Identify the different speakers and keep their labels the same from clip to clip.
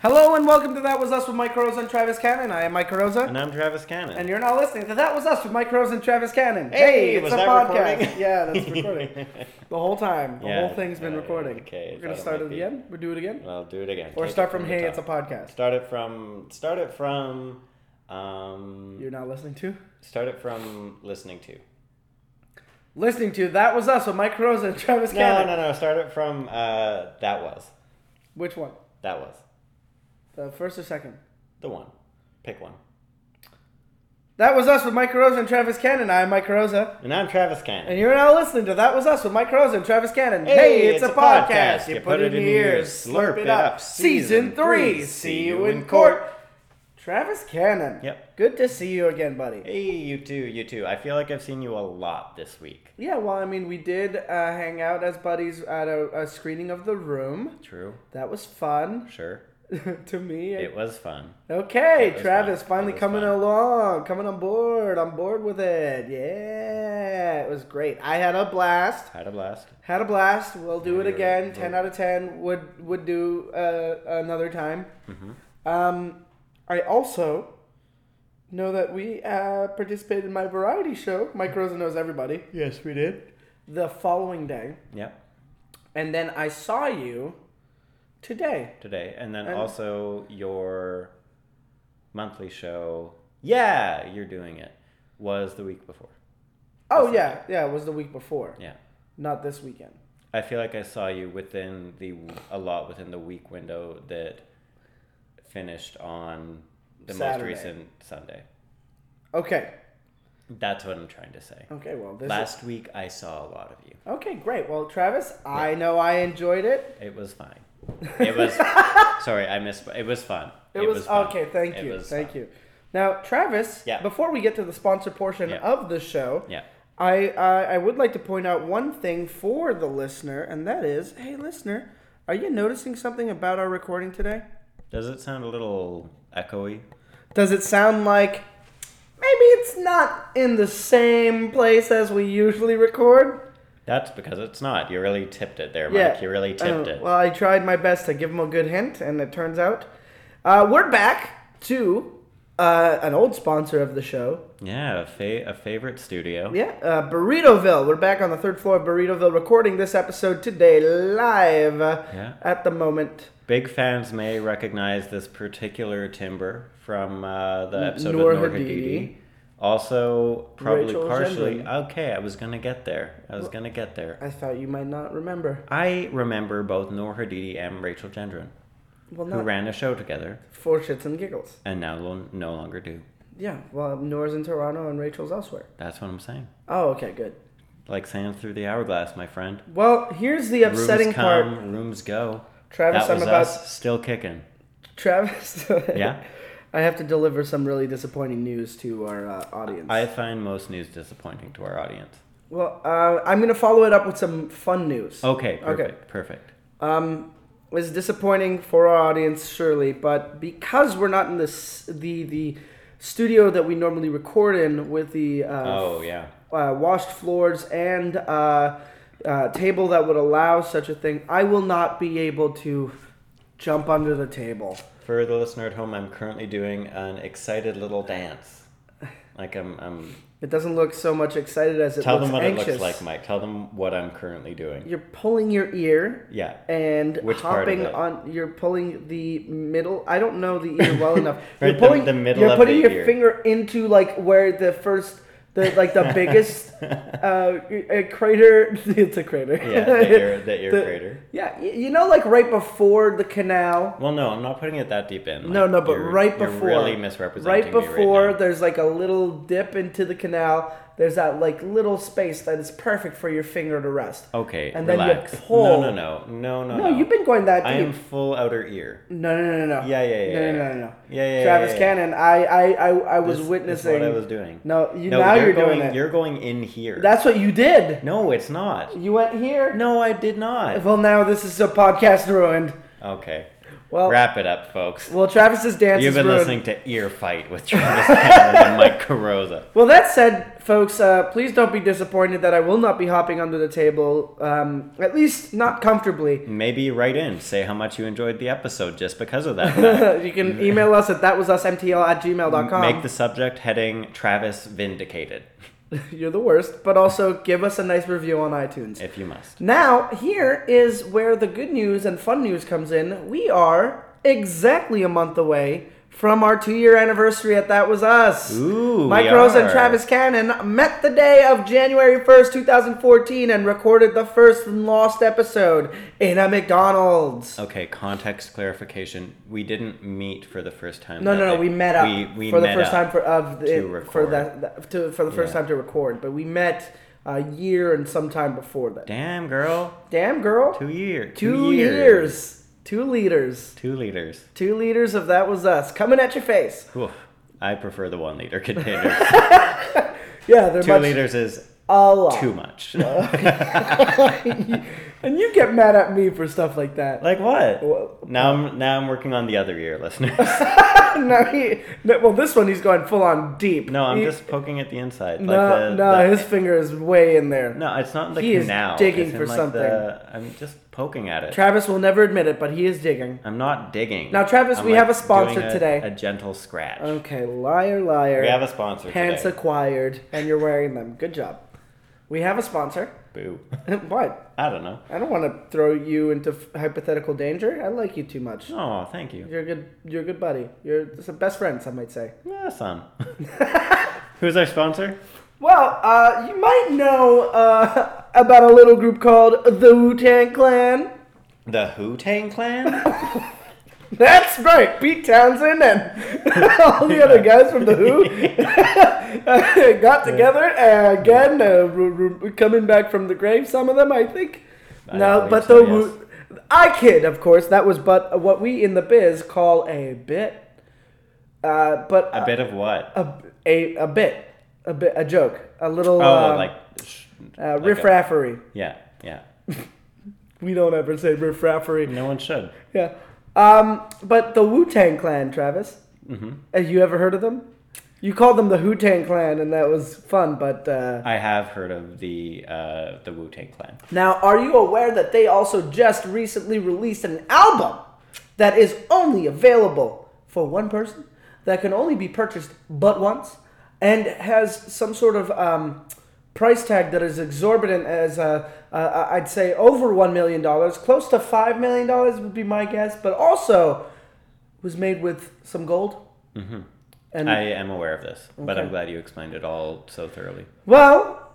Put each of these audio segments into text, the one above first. Speaker 1: Hello and welcome to That Was Us with Mike Rosa and Travis Cannon. I am Mike Rosa.
Speaker 2: And I'm Travis Cannon.
Speaker 1: And you're now listening to That Was Us with Mike Rose and Travis Cannon.
Speaker 2: Hey,
Speaker 1: it's
Speaker 2: was
Speaker 1: a
Speaker 2: that
Speaker 1: podcast.
Speaker 2: recording?
Speaker 1: Yeah, that's recording. the whole time. The
Speaker 2: Yeah,
Speaker 1: whole thing's been
Speaker 2: uh,
Speaker 1: recording.
Speaker 2: okay,
Speaker 1: We're going to
Speaker 2: thought it
Speaker 1: start
Speaker 2: might
Speaker 1: it
Speaker 2: be.
Speaker 1: again? We do it again?
Speaker 2: well, do it again.
Speaker 1: or
Speaker 2: Take
Speaker 1: start
Speaker 2: it
Speaker 1: from,
Speaker 2: the
Speaker 1: hey, it's a
Speaker 2: top.
Speaker 1: podcast.
Speaker 2: Start it from. Start it from. Um,
Speaker 1: You're not listening to?
Speaker 2: start it from listening to.
Speaker 1: Listening to That Was Us with Mike Rosa and Travis
Speaker 2: No,
Speaker 1: Cannon.
Speaker 2: no, no. Start it from. Uh, that was.
Speaker 1: Which one?
Speaker 2: That was
Speaker 1: The first or second?
Speaker 2: the one. Pick one.
Speaker 1: That Was Us with Mike Rosa and Travis Cannon. I am Mike Rosa.
Speaker 2: And I'm Travis Cannon.
Speaker 1: And you're now listening to That Was Us with Mike Rosa and Travis Cannon. Hey, it's, a, podcast. You, put, it in your ears. Slurp it up. Season 3. See you in court. Travis Cannon.
Speaker 2: Yep.
Speaker 1: Good to see you again, buddy.
Speaker 2: Hey, you too. You too. I feel like I've seen you a lot this week.
Speaker 1: Yeah, well, I mean, we did uh, hang out as buddies at a, a screening of The Room.
Speaker 2: True.
Speaker 1: That was fun
Speaker 2: Sure.
Speaker 1: to me.
Speaker 2: It was fun.
Speaker 1: okay,
Speaker 2: it was
Speaker 1: Travis,
Speaker 2: fun. It
Speaker 1: finally
Speaker 2: was
Speaker 1: coming
Speaker 2: fun.
Speaker 1: along, coming on board. I'm board with it. Yeah, it was great. I had a blast.
Speaker 2: Had a blast.
Speaker 1: Had a blast. We'll do it
Speaker 2: you're-
Speaker 1: again.
Speaker 2: you're-
Speaker 1: Ten out of ten. Would would do uh, another time.
Speaker 2: Mm-hmm.
Speaker 1: Um, I also know that we uh, participated in my variety show. Mike Rosa knows everybody.
Speaker 2: Yes, we did.
Speaker 1: The following day,
Speaker 2: Yep.
Speaker 1: and then I saw you today.
Speaker 2: today, and then
Speaker 1: And-
Speaker 2: also your monthly show. Yeah, you're doing it. Was the week before.
Speaker 1: Oh yeah, yeah. It was the week before,
Speaker 2: Yeah,
Speaker 1: not this weekend.
Speaker 2: I feel like I saw you within the a lot within the week window that finished on the
Speaker 1: Saturday.
Speaker 2: most recent Sunday.
Speaker 1: Okay.
Speaker 2: That's what I'm trying to say.
Speaker 1: Okay. Well, this. Is,
Speaker 2: Last week I saw a lot of you.
Speaker 1: okay, great. Well, Travis, I know I enjoyed it.
Speaker 2: It was fine. It was sorry, I missed. It was fun.
Speaker 1: It, was,
Speaker 2: fun.
Speaker 1: okay. Thank
Speaker 2: It
Speaker 1: you.
Speaker 2: was
Speaker 1: Thank
Speaker 2: fun.
Speaker 1: you. Now, Travis.
Speaker 2: Yeah.
Speaker 1: Before we get to the sponsor portion
Speaker 2: Yeah.
Speaker 1: of the show,
Speaker 2: Yeah.
Speaker 1: I, I I would like to point out one thing for the listener, and that is, hey listener, are you noticing something about our recording today?
Speaker 2: Does it sound a little echoey?
Speaker 1: Does it sound like maybe it's not in the same place as we usually record?
Speaker 2: That's because it's not. You really tipped it there, Mike.
Speaker 1: Yeah,
Speaker 2: You really
Speaker 1: Uh,
Speaker 2: tipped it.
Speaker 1: Well, I tried my best to give him a good hint, and it turns out uh, we're back to uh, an old sponsor of the show,
Speaker 2: yeah, a, fa- a favorite studio.
Speaker 1: Yeah, uh, Burritoville. We're back on the third floor of Burritoville recording this episode today live uh,
Speaker 2: Yeah.
Speaker 1: at the moment.
Speaker 2: Big fans may recognize this particular timber from uh, the episode
Speaker 1: Noor
Speaker 2: with Noor
Speaker 1: Hadidi.
Speaker 2: Hadidi. Also, probably
Speaker 1: Rachel
Speaker 2: partially.
Speaker 1: Zendrin.
Speaker 2: Okay, I was gonna get there. I was gonna get there.
Speaker 1: I thought you might not remember.
Speaker 2: I remember both Noor Hadidi and Rachel Gendron,
Speaker 1: Well,
Speaker 2: who
Speaker 1: not
Speaker 2: ran a show together
Speaker 1: for shits and giggles.
Speaker 2: and now lo- no longer do.
Speaker 1: Yeah, well, Nora's in Toronto and Rachel's elsewhere.
Speaker 2: That's what I'm saying.
Speaker 1: Oh, okay, good.
Speaker 2: Like sand through the hourglass, my friend.
Speaker 1: Well, here's the upsetting
Speaker 2: rooms
Speaker 1: part.
Speaker 2: come, rooms go.
Speaker 1: Travis,
Speaker 2: that
Speaker 1: I'm
Speaker 2: was
Speaker 1: about-
Speaker 2: us still kicking.
Speaker 1: Travis.
Speaker 2: Yeah?
Speaker 1: I have to deliver some really disappointing news to our uh, audience.
Speaker 2: I find most news disappointing to our audience.
Speaker 1: well, uh, I'm going to follow it up with some fun news.
Speaker 2: Okay, perfect,
Speaker 1: Okay.
Speaker 2: perfect.
Speaker 1: um, was disappointing for our audience, surely, but because we're not in this the the studio that we normally record in with the uh,
Speaker 2: Oh yeah,
Speaker 1: uh, washed floors and uh, uh, table that would allow such a thing, I will not be able to jump under the table.
Speaker 2: for the listener at home, I'm currently doing an excited little dance. Like I'm, I'm.
Speaker 1: It doesn't look so much excited as it
Speaker 2: Tell
Speaker 1: looks
Speaker 2: them what
Speaker 1: anxious.
Speaker 2: it looks like, Mike. Tell them what I'm currently doing.
Speaker 1: You're pulling your ear
Speaker 2: Yeah,
Speaker 1: and
Speaker 2: Which part of
Speaker 1: hopping
Speaker 2: it?
Speaker 1: on. You're pulling the middle. I don't know the ear well enough.
Speaker 2: Right,
Speaker 1: you're pulling
Speaker 2: the- the middle
Speaker 1: You're
Speaker 2: of
Speaker 1: putting
Speaker 2: the
Speaker 1: your
Speaker 2: ear.
Speaker 1: finger into like where the first, the like the biggest uh, a crater. It's a crater.
Speaker 2: yeah, the ear, the ear
Speaker 1: The-
Speaker 2: crater.
Speaker 1: Yeah, y- you know, like right before the canal.
Speaker 2: Well, no, I'm not putting it that deep in.
Speaker 1: No,
Speaker 2: Mike.
Speaker 1: no, but
Speaker 2: You're-
Speaker 1: right before.
Speaker 2: You're really misrepresenting
Speaker 1: Right
Speaker 2: me
Speaker 1: before
Speaker 2: right now.
Speaker 1: there's like a little dip into the canal. There's that like little space that is perfect for your finger to rest.
Speaker 2: Okay,
Speaker 1: and then you
Speaker 2: relax.
Speaker 1: pull.
Speaker 2: No, no, no, no, no.
Speaker 1: No, you've been going that
Speaker 2: I
Speaker 1: deep.
Speaker 2: am full outer ear.
Speaker 1: No, no, no, no. no.
Speaker 2: Yeah, yeah, yeah,
Speaker 1: No, no,
Speaker 2: yeah.
Speaker 1: no, no, no.
Speaker 2: Yeah, yeah, yeah,
Speaker 1: Travis
Speaker 2: yeah, yeah.
Speaker 1: Cannon, I, I, I, I was
Speaker 2: This is
Speaker 1: witnessing.
Speaker 2: what I was doing.
Speaker 1: No, you now you're,
Speaker 2: going,
Speaker 1: doing it.
Speaker 2: You're going in here.
Speaker 1: That's what you did.
Speaker 2: no, it's not.
Speaker 1: You went here.
Speaker 2: No, I did not.
Speaker 1: Well, now this is a podcast ruined.
Speaker 2: Okay.
Speaker 1: Well,
Speaker 2: Wrap it up, folks.
Speaker 1: well, Travis's dance
Speaker 2: You've
Speaker 1: is
Speaker 2: been
Speaker 1: ruined.
Speaker 2: listening to Ear Fight with Travis Cameron and Mike Carosa.
Speaker 1: Well, that said, folks, uh, please don't be disappointed that I will not be hopping under the table, um, at least not comfortably.
Speaker 2: Maybe write in, say how much you enjoyed the episode just because of that. fact.
Speaker 1: you can email us at thatwasusmtl at gmail.com.
Speaker 2: Make the subject heading Travis Vindicated,
Speaker 1: You're the worst, but also give us a nice review on iTunes.
Speaker 2: if you must.
Speaker 1: Now, here is where the good news and fun news comes in. We are exactly a month away from our two year anniversary at That Was Us.
Speaker 2: Ooh,
Speaker 1: Mike
Speaker 2: we
Speaker 1: Rose and
Speaker 2: are.
Speaker 1: Travis Cannon met the day of January 1st, 2014, and recorded the first and lost episode in a McDonald's.
Speaker 2: Okay, context clarification. We didn't meet for the first time.
Speaker 1: No,
Speaker 2: that
Speaker 1: no, no.
Speaker 2: day.
Speaker 1: We met up
Speaker 2: We, we
Speaker 1: for the
Speaker 2: met
Speaker 1: first
Speaker 2: up.
Speaker 1: time for of the,
Speaker 2: to
Speaker 1: for
Speaker 2: record.
Speaker 1: the, the- to, for the first
Speaker 2: Yeah.
Speaker 1: time to record, but we met a year and some time before that.
Speaker 2: Damn, girl.
Speaker 1: Damn, girl,
Speaker 2: Two years.
Speaker 1: two years, two liters,
Speaker 2: Two liters.
Speaker 1: two liters of that was us coming at your face.
Speaker 2: Oof. I prefer the one liter container.
Speaker 1: Yeah, they're
Speaker 2: two
Speaker 1: much
Speaker 2: liters is
Speaker 1: a lot.
Speaker 2: too much.
Speaker 1: and you get mad at me for stuff like that.
Speaker 2: like what?
Speaker 1: Well-
Speaker 2: now I'm now I'm working on the other ear, listeners.
Speaker 1: no, he, no, well, this one he's going full on deep.
Speaker 2: No, I'm
Speaker 1: He-
Speaker 2: just poking at the inside.
Speaker 1: no,
Speaker 2: like the,
Speaker 1: no,
Speaker 2: the-
Speaker 1: his finger is way in there.
Speaker 2: no, it's not in the
Speaker 1: He is
Speaker 2: canal.
Speaker 1: digging
Speaker 2: It's in,
Speaker 1: for
Speaker 2: like,
Speaker 1: something.
Speaker 2: the- I'm just poking at it.
Speaker 1: Travis will never admit it, but he is digging.
Speaker 2: I'm not digging.
Speaker 1: Now, Travis,
Speaker 2: I'm,
Speaker 1: we
Speaker 2: like,
Speaker 1: have a sponsor
Speaker 2: doing a-
Speaker 1: today.
Speaker 2: A gentle scratch.
Speaker 1: Okay, liar, liar.
Speaker 2: We have a sponsor
Speaker 1: pants
Speaker 2: today.
Speaker 1: acquired, and you're wearing them. Good job. We have a sponsor.
Speaker 2: Boo.
Speaker 1: what?
Speaker 2: I don't know.
Speaker 1: I don't want to throw you into f- hypothetical danger. I like you too much.
Speaker 2: Oh, thank you.
Speaker 1: You're a good. You're a good buddy. You're s- best friend. Some might say.
Speaker 2: Yeah, some. Who's our sponsor?
Speaker 1: Well, uh, you might know uh, about a little group called the Wu Tang Clan.
Speaker 2: The Wu Tang Clan?
Speaker 1: That's right, Pete Townsend and all the other guys from the Who got together and again, uh, r- r- coming back from the grave. Some of them, I think.
Speaker 2: I
Speaker 1: no,
Speaker 2: believe
Speaker 1: but
Speaker 2: so,
Speaker 1: the Wu, I kid, of course. That was but what we in the biz call a bit. Uh, but
Speaker 2: A bit of what?
Speaker 1: a, a a bit, a bit, a joke, a little
Speaker 2: oh,
Speaker 1: um,
Speaker 2: like. sh-
Speaker 1: uh,
Speaker 2: like a-
Speaker 1: riffraffery.
Speaker 2: yeah, yeah.
Speaker 1: We don't ever say riffraffery.
Speaker 2: No one should.
Speaker 1: Yeah. Um, but the Wu Tang Clan, Travis. Have you ever heard of them? You called them the Wu Tang Clan, and that was fun. But uh,
Speaker 2: I have heard of the uh, the Wu Tang Clan.
Speaker 1: now, are you aware that they also just recently released an album that is only available for one person, that can only be purchased but once, and has some sort of um, price tag that is exorbitant, as uh, uh, I'd say over one million dollars, close to five million dollars would be my guess, but also was made with some gold. And
Speaker 2: I am aware of this, but I'm
Speaker 1: Okay.
Speaker 2: glad you explained it all so thoroughly.
Speaker 1: well,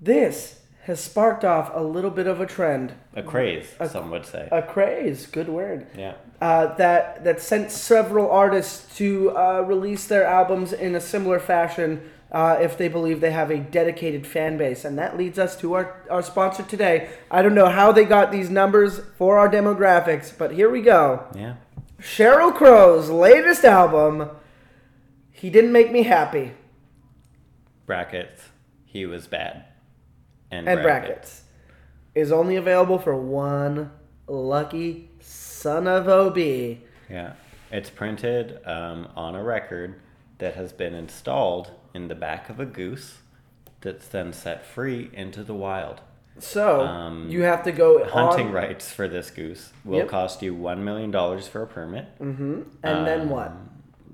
Speaker 1: this has sparked off a little bit of a trend.
Speaker 2: A craze, some would say.
Speaker 1: a craze good word
Speaker 2: yeah.
Speaker 1: uh, that that sent several artists to uh, release their albums in a similar fashion uh, if they believe they have a dedicated fan base and that leads us to our, our sponsor today i don't know how they got these numbers for our demographics but here we go
Speaker 2: Yeah.
Speaker 1: cheryl crow's latest album he didn't make me happy
Speaker 2: Brackets. He was bad. And,
Speaker 1: and brackets is only available for one lucky son of ob
Speaker 2: Yeah. It's printed um, on a record that has been installed in the back of a goose that's then set free into the wild.
Speaker 1: So
Speaker 2: Um,
Speaker 1: you have to go
Speaker 2: Hunting
Speaker 1: on,
Speaker 2: rights for this goose will
Speaker 1: Yep. Mm-hmm.
Speaker 2: cost you $1 million for a permit.
Speaker 1: and
Speaker 2: um,
Speaker 1: then what?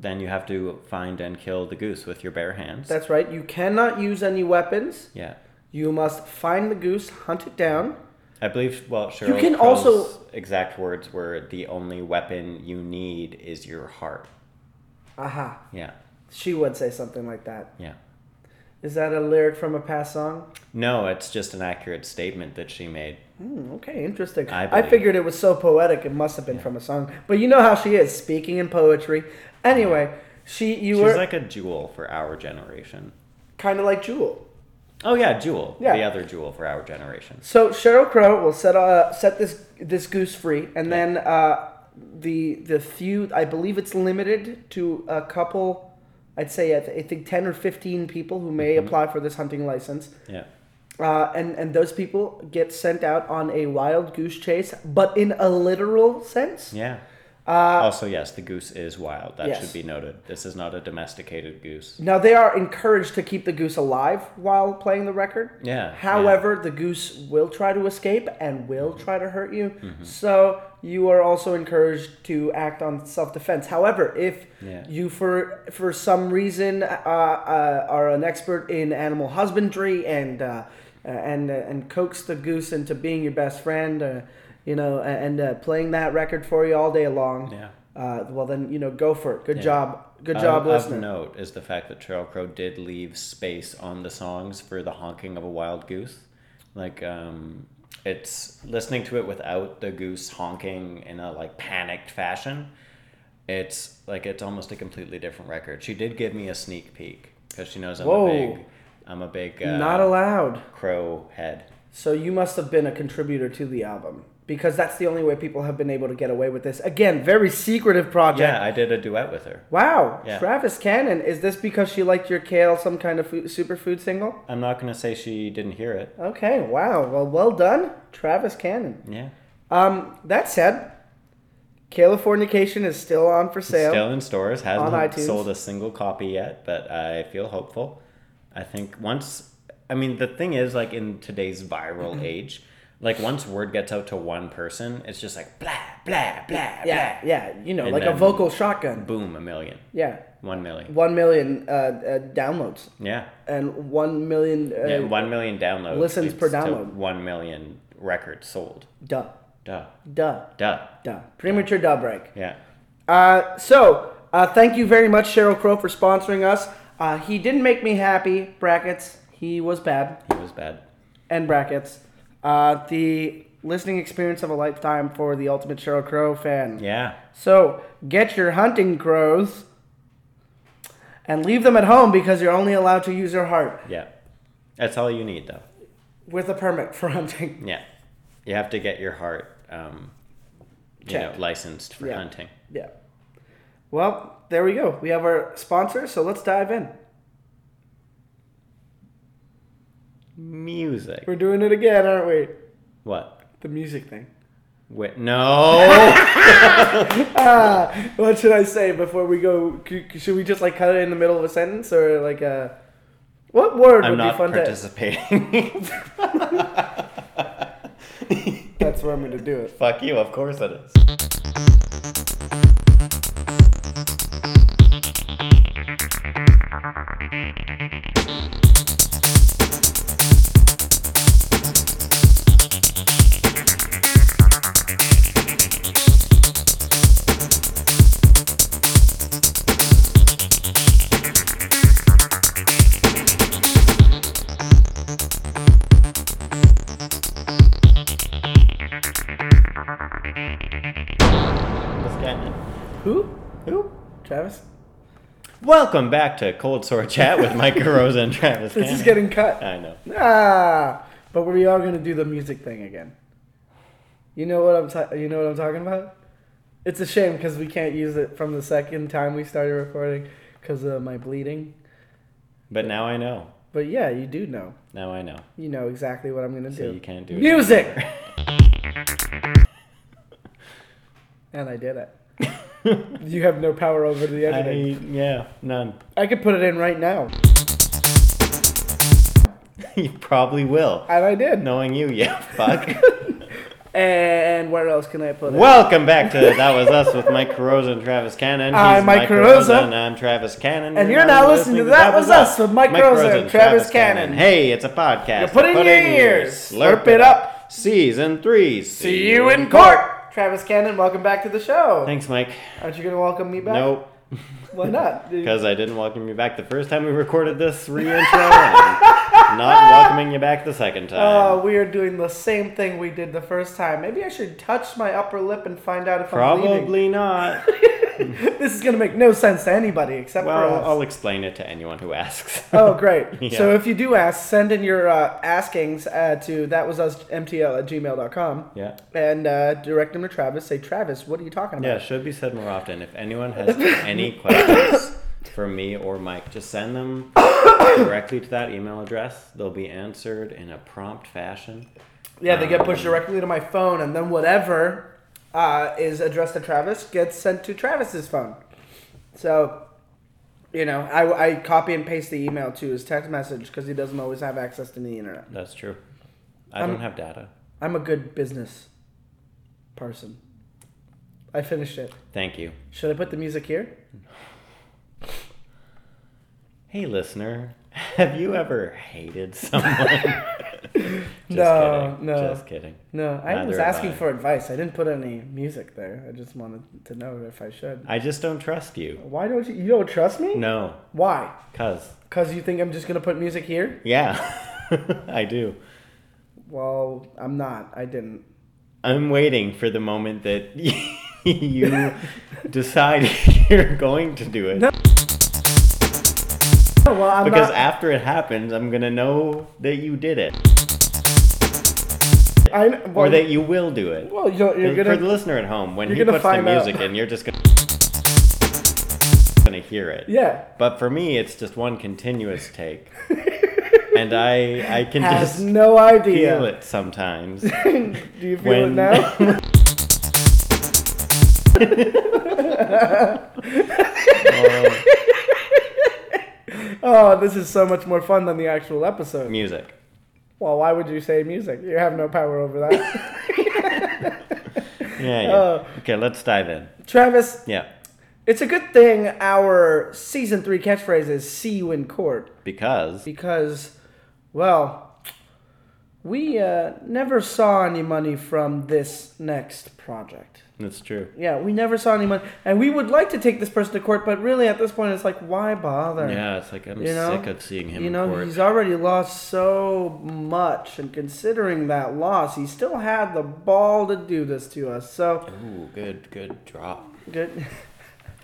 Speaker 2: Then you have to find and kill the goose with your bare hands.
Speaker 1: That's right. You cannot use any weapons.
Speaker 2: yeah.
Speaker 1: You must find the goose, hunt it down.
Speaker 2: I believe. Well, Cheryl
Speaker 1: You can
Speaker 2: Crow's
Speaker 1: also-
Speaker 2: exact words were the only weapon you need is your heart.
Speaker 1: Aha.
Speaker 2: Yeah,
Speaker 1: She would say something like that.
Speaker 2: yeah.
Speaker 1: Is that a lyric from a past song?
Speaker 2: No, it's just an accurate statement that she made.
Speaker 1: Hmm, okay, interesting.
Speaker 2: I
Speaker 1: I,
Speaker 2: believe-
Speaker 1: figured it was so poetic it must have been from a song. But you know how she is, speaking in poetry. Anyway, she you
Speaker 2: She's
Speaker 1: were
Speaker 2: like a jewel for our generation.
Speaker 1: kinda like Jewel.
Speaker 2: Oh yeah, Jewel.
Speaker 1: Yeah.
Speaker 2: The other Jewel for our generation.
Speaker 1: So Cheryl Crow will set uh, set this this goose free, and then uh, the the few I believe it's limited to a couple. I'd say I, th- I think ten or fifteen people who may apply for this hunting license,
Speaker 2: Yeah.
Speaker 1: Uh, and, and those people get sent out on a wild goose chase, but in a literal sense.
Speaker 2: Yeah. also, yes, the goose is wild. That
Speaker 1: Uh, Yes.
Speaker 2: should be noted. This is not a domesticated goose.
Speaker 1: Now, they are encouraged to keep the goose alive while playing the record.
Speaker 2: Yeah.
Speaker 1: However, the goose will try to escape and will try to hurt you.
Speaker 2: Mm-hmm.
Speaker 1: So you are also encouraged to act on self-defense. However, if
Speaker 2: Yeah.
Speaker 1: you for for some reason uh, uh, are an expert in animal husbandry and uh, and and coax the goose into being your best friend, uh, you know, and uh, playing that record for you all day long.
Speaker 2: yeah. yeah.
Speaker 1: Uh, well, then you know, go for it. Good
Speaker 2: Yeah.
Speaker 1: job. Good job,
Speaker 2: of,
Speaker 1: listener.
Speaker 2: of note is the fact that Cheryl Crow did leave space on the songs for the honking of a wild goose. Like, um, it's listening to it without the goose honking in a like panicked fashion. It's like it's almost a completely different record. She did give me a sneak peek because she knows I'm
Speaker 1: Whoa.
Speaker 2: a big, I'm a big uh,
Speaker 1: Not allowed.
Speaker 2: crow head.
Speaker 1: So you must have been a contributor to the album because that's the only way people have been able to get away with this. Again, very secretive project.
Speaker 2: Yeah, I did a duet with her.
Speaker 1: Wow,
Speaker 2: Yeah.
Speaker 1: Travis Cannon. Is this because she liked your kale, some kind of food, superfood single?
Speaker 2: I'm not gonna say she didn't hear it.
Speaker 1: Okay, wow. Well, well done, Travis Cannon.
Speaker 2: Yeah,
Speaker 1: Um, that said, Californication is still on for sale.
Speaker 2: Still in stores. Hasn't
Speaker 1: On iTunes.
Speaker 2: sold a single copy yet, but I feel hopeful. I think once, I mean, the thing is, like in today's viral
Speaker 1: Mm-hmm.
Speaker 2: age, like once word gets out to one person, it's just like blah blah blah
Speaker 1: yeah, yeah. You know,
Speaker 2: And
Speaker 1: like a
Speaker 2: then-
Speaker 1: vocal shotgun.
Speaker 2: blah. Boom, a million,
Speaker 1: Yeah,
Speaker 2: one million.
Speaker 1: one million uh, uh, downloads
Speaker 2: Yeah,
Speaker 1: and one million. Uh,
Speaker 2: yeah, one million downloads.
Speaker 1: listens
Speaker 2: leads
Speaker 1: per
Speaker 2: to
Speaker 1: download.
Speaker 2: One million records sold.
Speaker 1: Duh,
Speaker 2: Duh,
Speaker 1: duh,
Speaker 2: duh.
Speaker 1: duh. Premature duh break.
Speaker 2: Yeah,
Speaker 1: Uh, so, uh, thank you very much, Cheryl Crow, for sponsoring us. Uh, he didn't make me happy, brackets. He was bad,
Speaker 2: it was bad.
Speaker 1: end brackets. Uh, the listening experience of a lifetime for the ultimate Cheryl Crow fan.
Speaker 2: Yeah,
Speaker 1: So, get your hunting crows and leave them at home because you're only allowed to use your heart
Speaker 2: yeah. That's all you need, though.
Speaker 1: with a permit for hunting.
Speaker 2: Yeah, you have to get your heart, um, you know,
Speaker 1: Checked.
Speaker 2: licensed for
Speaker 1: Yeah.
Speaker 2: hunting.
Speaker 1: Yeah. Well, there we go. We have our sponsor, so let's dive in.
Speaker 2: Music.
Speaker 1: We're doing it again, aren't we?
Speaker 2: What?
Speaker 1: The music thing.
Speaker 2: Wait, no.
Speaker 1: What should I say before we go? C- c- Should we just like cut it in the middle of a sentence or like a what word
Speaker 2: I'm
Speaker 1: would
Speaker 2: not
Speaker 1: be fun to?
Speaker 2: participating.
Speaker 1: That's where I'm going to do it.
Speaker 2: Fuck you. Of course it is. Let's get it.
Speaker 1: Who?
Speaker 2: Who?
Speaker 1: Travis?
Speaker 2: Welcome back to Cold Sore Chat with Mike Rosa and Travis.
Speaker 1: This is
Speaker 2: Cannon.
Speaker 1: getting cut.
Speaker 2: I know.
Speaker 1: Ah, but we are going to do the music thing again. You know what I'm ta- you know what I'm talking about? It's a shame because we can't use it from the second time we started recording because of my bleeding.
Speaker 2: But now I know.
Speaker 1: But yeah, you do know.
Speaker 2: Now I know.
Speaker 1: You know exactly what I'm going to
Speaker 2: So
Speaker 1: do.
Speaker 2: you can't do it
Speaker 1: music.
Speaker 2: anymore.
Speaker 1: and I did it. you have no power over the
Speaker 2: I,
Speaker 1: editing.
Speaker 2: yeah, none.
Speaker 1: I could put it in right now.
Speaker 2: you probably will.
Speaker 1: And I did.
Speaker 2: Knowing you, yeah, fuck.
Speaker 1: And where else can I put it?
Speaker 2: Welcome back to That Was Us with Mike Carosa and Travis Cannon.
Speaker 1: I'm
Speaker 2: He's
Speaker 1: Mike Carosa.
Speaker 2: And I'm Travis Cannon.
Speaker 1: And you're now listening to That Was Us with Mike Carosa
Speaker 2: Carosa
Speaker 1: and Travis Cannon.
Speaker 2: Hey, it's a podcast.
Speaker 1: You put it in your ears. Slurp it up.
Speaker 2: Season 3.
Speaker 1: See you in court! Travis Cannon, welcome back to the show.
Speaker 2: Thanks, Mike.
Speaker 1: Aren't you going to welcome me back?
Speaker 2: Nope.
Speaker 1: Why not?
Speaker 2: Because I didn't welcome you back the first time we recorded this re-intro. and not welcoming you back the second time.
Speaker 1: Uh, we are doing the same thing we did the first time. Maybe I should touch my upper lip and find out if I'm bleeding.
Speaker 2: Probably not.
Speaker 1: This is going to make no sense to anybody except for us.
Speaker 2: Well, I'll explain it to anyone who asks.
Speaker 1: Oh, great.
Speaker 2: Yeah.
Speaker 1: So if you do ask, send in your uh, askings uh, to thatwasusmtl at gmail.com
Speaker 2: yeah.
Speaker 1: and uh, direct them to Travis. Say, Travis, what are you talking about?
Speaker 2: Yeah, it should be said more often. If anyone has any questions, from me or Mike. Just send them directly to that email address. They'll be answered in a prompt fashion.
Speaker 1: Yeah, they get pushed directly to my phone, and then whatever uh, is addressed to Travis gets sent to Travis's phone. So, you know, I, I copy and paste the email to his text message because he doesn't always have access to the internet.
Speaker 2: That's true. I
Speaker 1: Um,
Speaker 2: don't have data.
Speaker 1: I'm a good business person. I finished it.
Speaker 2: Thank you.
Speaker 1: Should I put the music here?
Speaker 2: Hey, listener, have you ever hated someone? Just
Speaker 1: No,
Speaker 2: kidding.
Speaker 1: no.
Speaker 2: Just kidding.
Speaker 1: No, I was
Speaker 2: Neither have
Speaker 1: asking
Speaker 2: I.
Speaker 1: for advice. I didn't put any music there. I just wanted to know if I should.
Speaker 2: I just don't trust you.
Speaker 1: Why don't you? You don't trust me?
Speaker 2: No,
Speaker 1: Why?
Speaker 2: cuz.
Speaker 1: Because you think I'm just gonna put music here?
Speaker 2: Yeah, I do.
Speaker 1: Well, I'm not. I didn't.
Speaker 2: I'm waiting for the moment that you decide you're going to do it.
Speaker 1: No, No, Well, I'm
Speaker 2: because
Speaker 1: not.
Speaker 2: after it happens, I'm going to know that you did it.
Speaker 1: I, well,
Speaker 2: or that you will do it.
Speaker 1: well, you're, you're
Speaker 2: for the
Speaker 1: gonna.
Speaker 2: listener at home, when
Speaker 1: you're
Speaker 2: he
Speaker 1: gonna
Speaker 2: puts the
Speaker 1: find out.
Speaker 2: music in, you're just going to hear it.
Speaker 1: Yeah.
Speaker 2: But for me, it's just one continuous take. and I, I can
Speaker 1: Has
Speaker 2: just
Speaker 1: no idea.
Speaker 2: feel it sometimes.
Speaker 1: Do you feel it
Speaker 2: When-
Speaker 1: now?
Speaker 2: Oh,
Speaker 1: Oh, this is so much more fun than the actual episode.
Speaker 2: music.
Speaker 1: Well, why would you say music? You have no power over that.
Speaker 2: Yeah, yeah.
Speaker 1: Oh.
Speaker 2: okay, let's dive in.
Speaker 1: Travis,
Speaker 2: Yeah.
Speaker 1: it's a good thing our season three catchphrase is "see you in court"
Speaker 2: Because
Speaker 1: because, well, we uh, never saw any money from this next project.
Speaker 2: that's true.
Speaker 1: Yeah, we never saw any money, and we would like to take this person to court, but really at this point, it's like, why bother?
Speaker 2: Yeah, it's like I'm
Speaker 1: You know?
Speaker 2: sick of seeing him
Speaker 1: You
Speaker 2: in
Speaker 1: know,
Speaker 2: court.
Speaker 1: he's already lost so much, and considering that loss, he still had the ball to do this to us. So
Speaker 2: Ooh, good, good drop.
Speaker 1: good,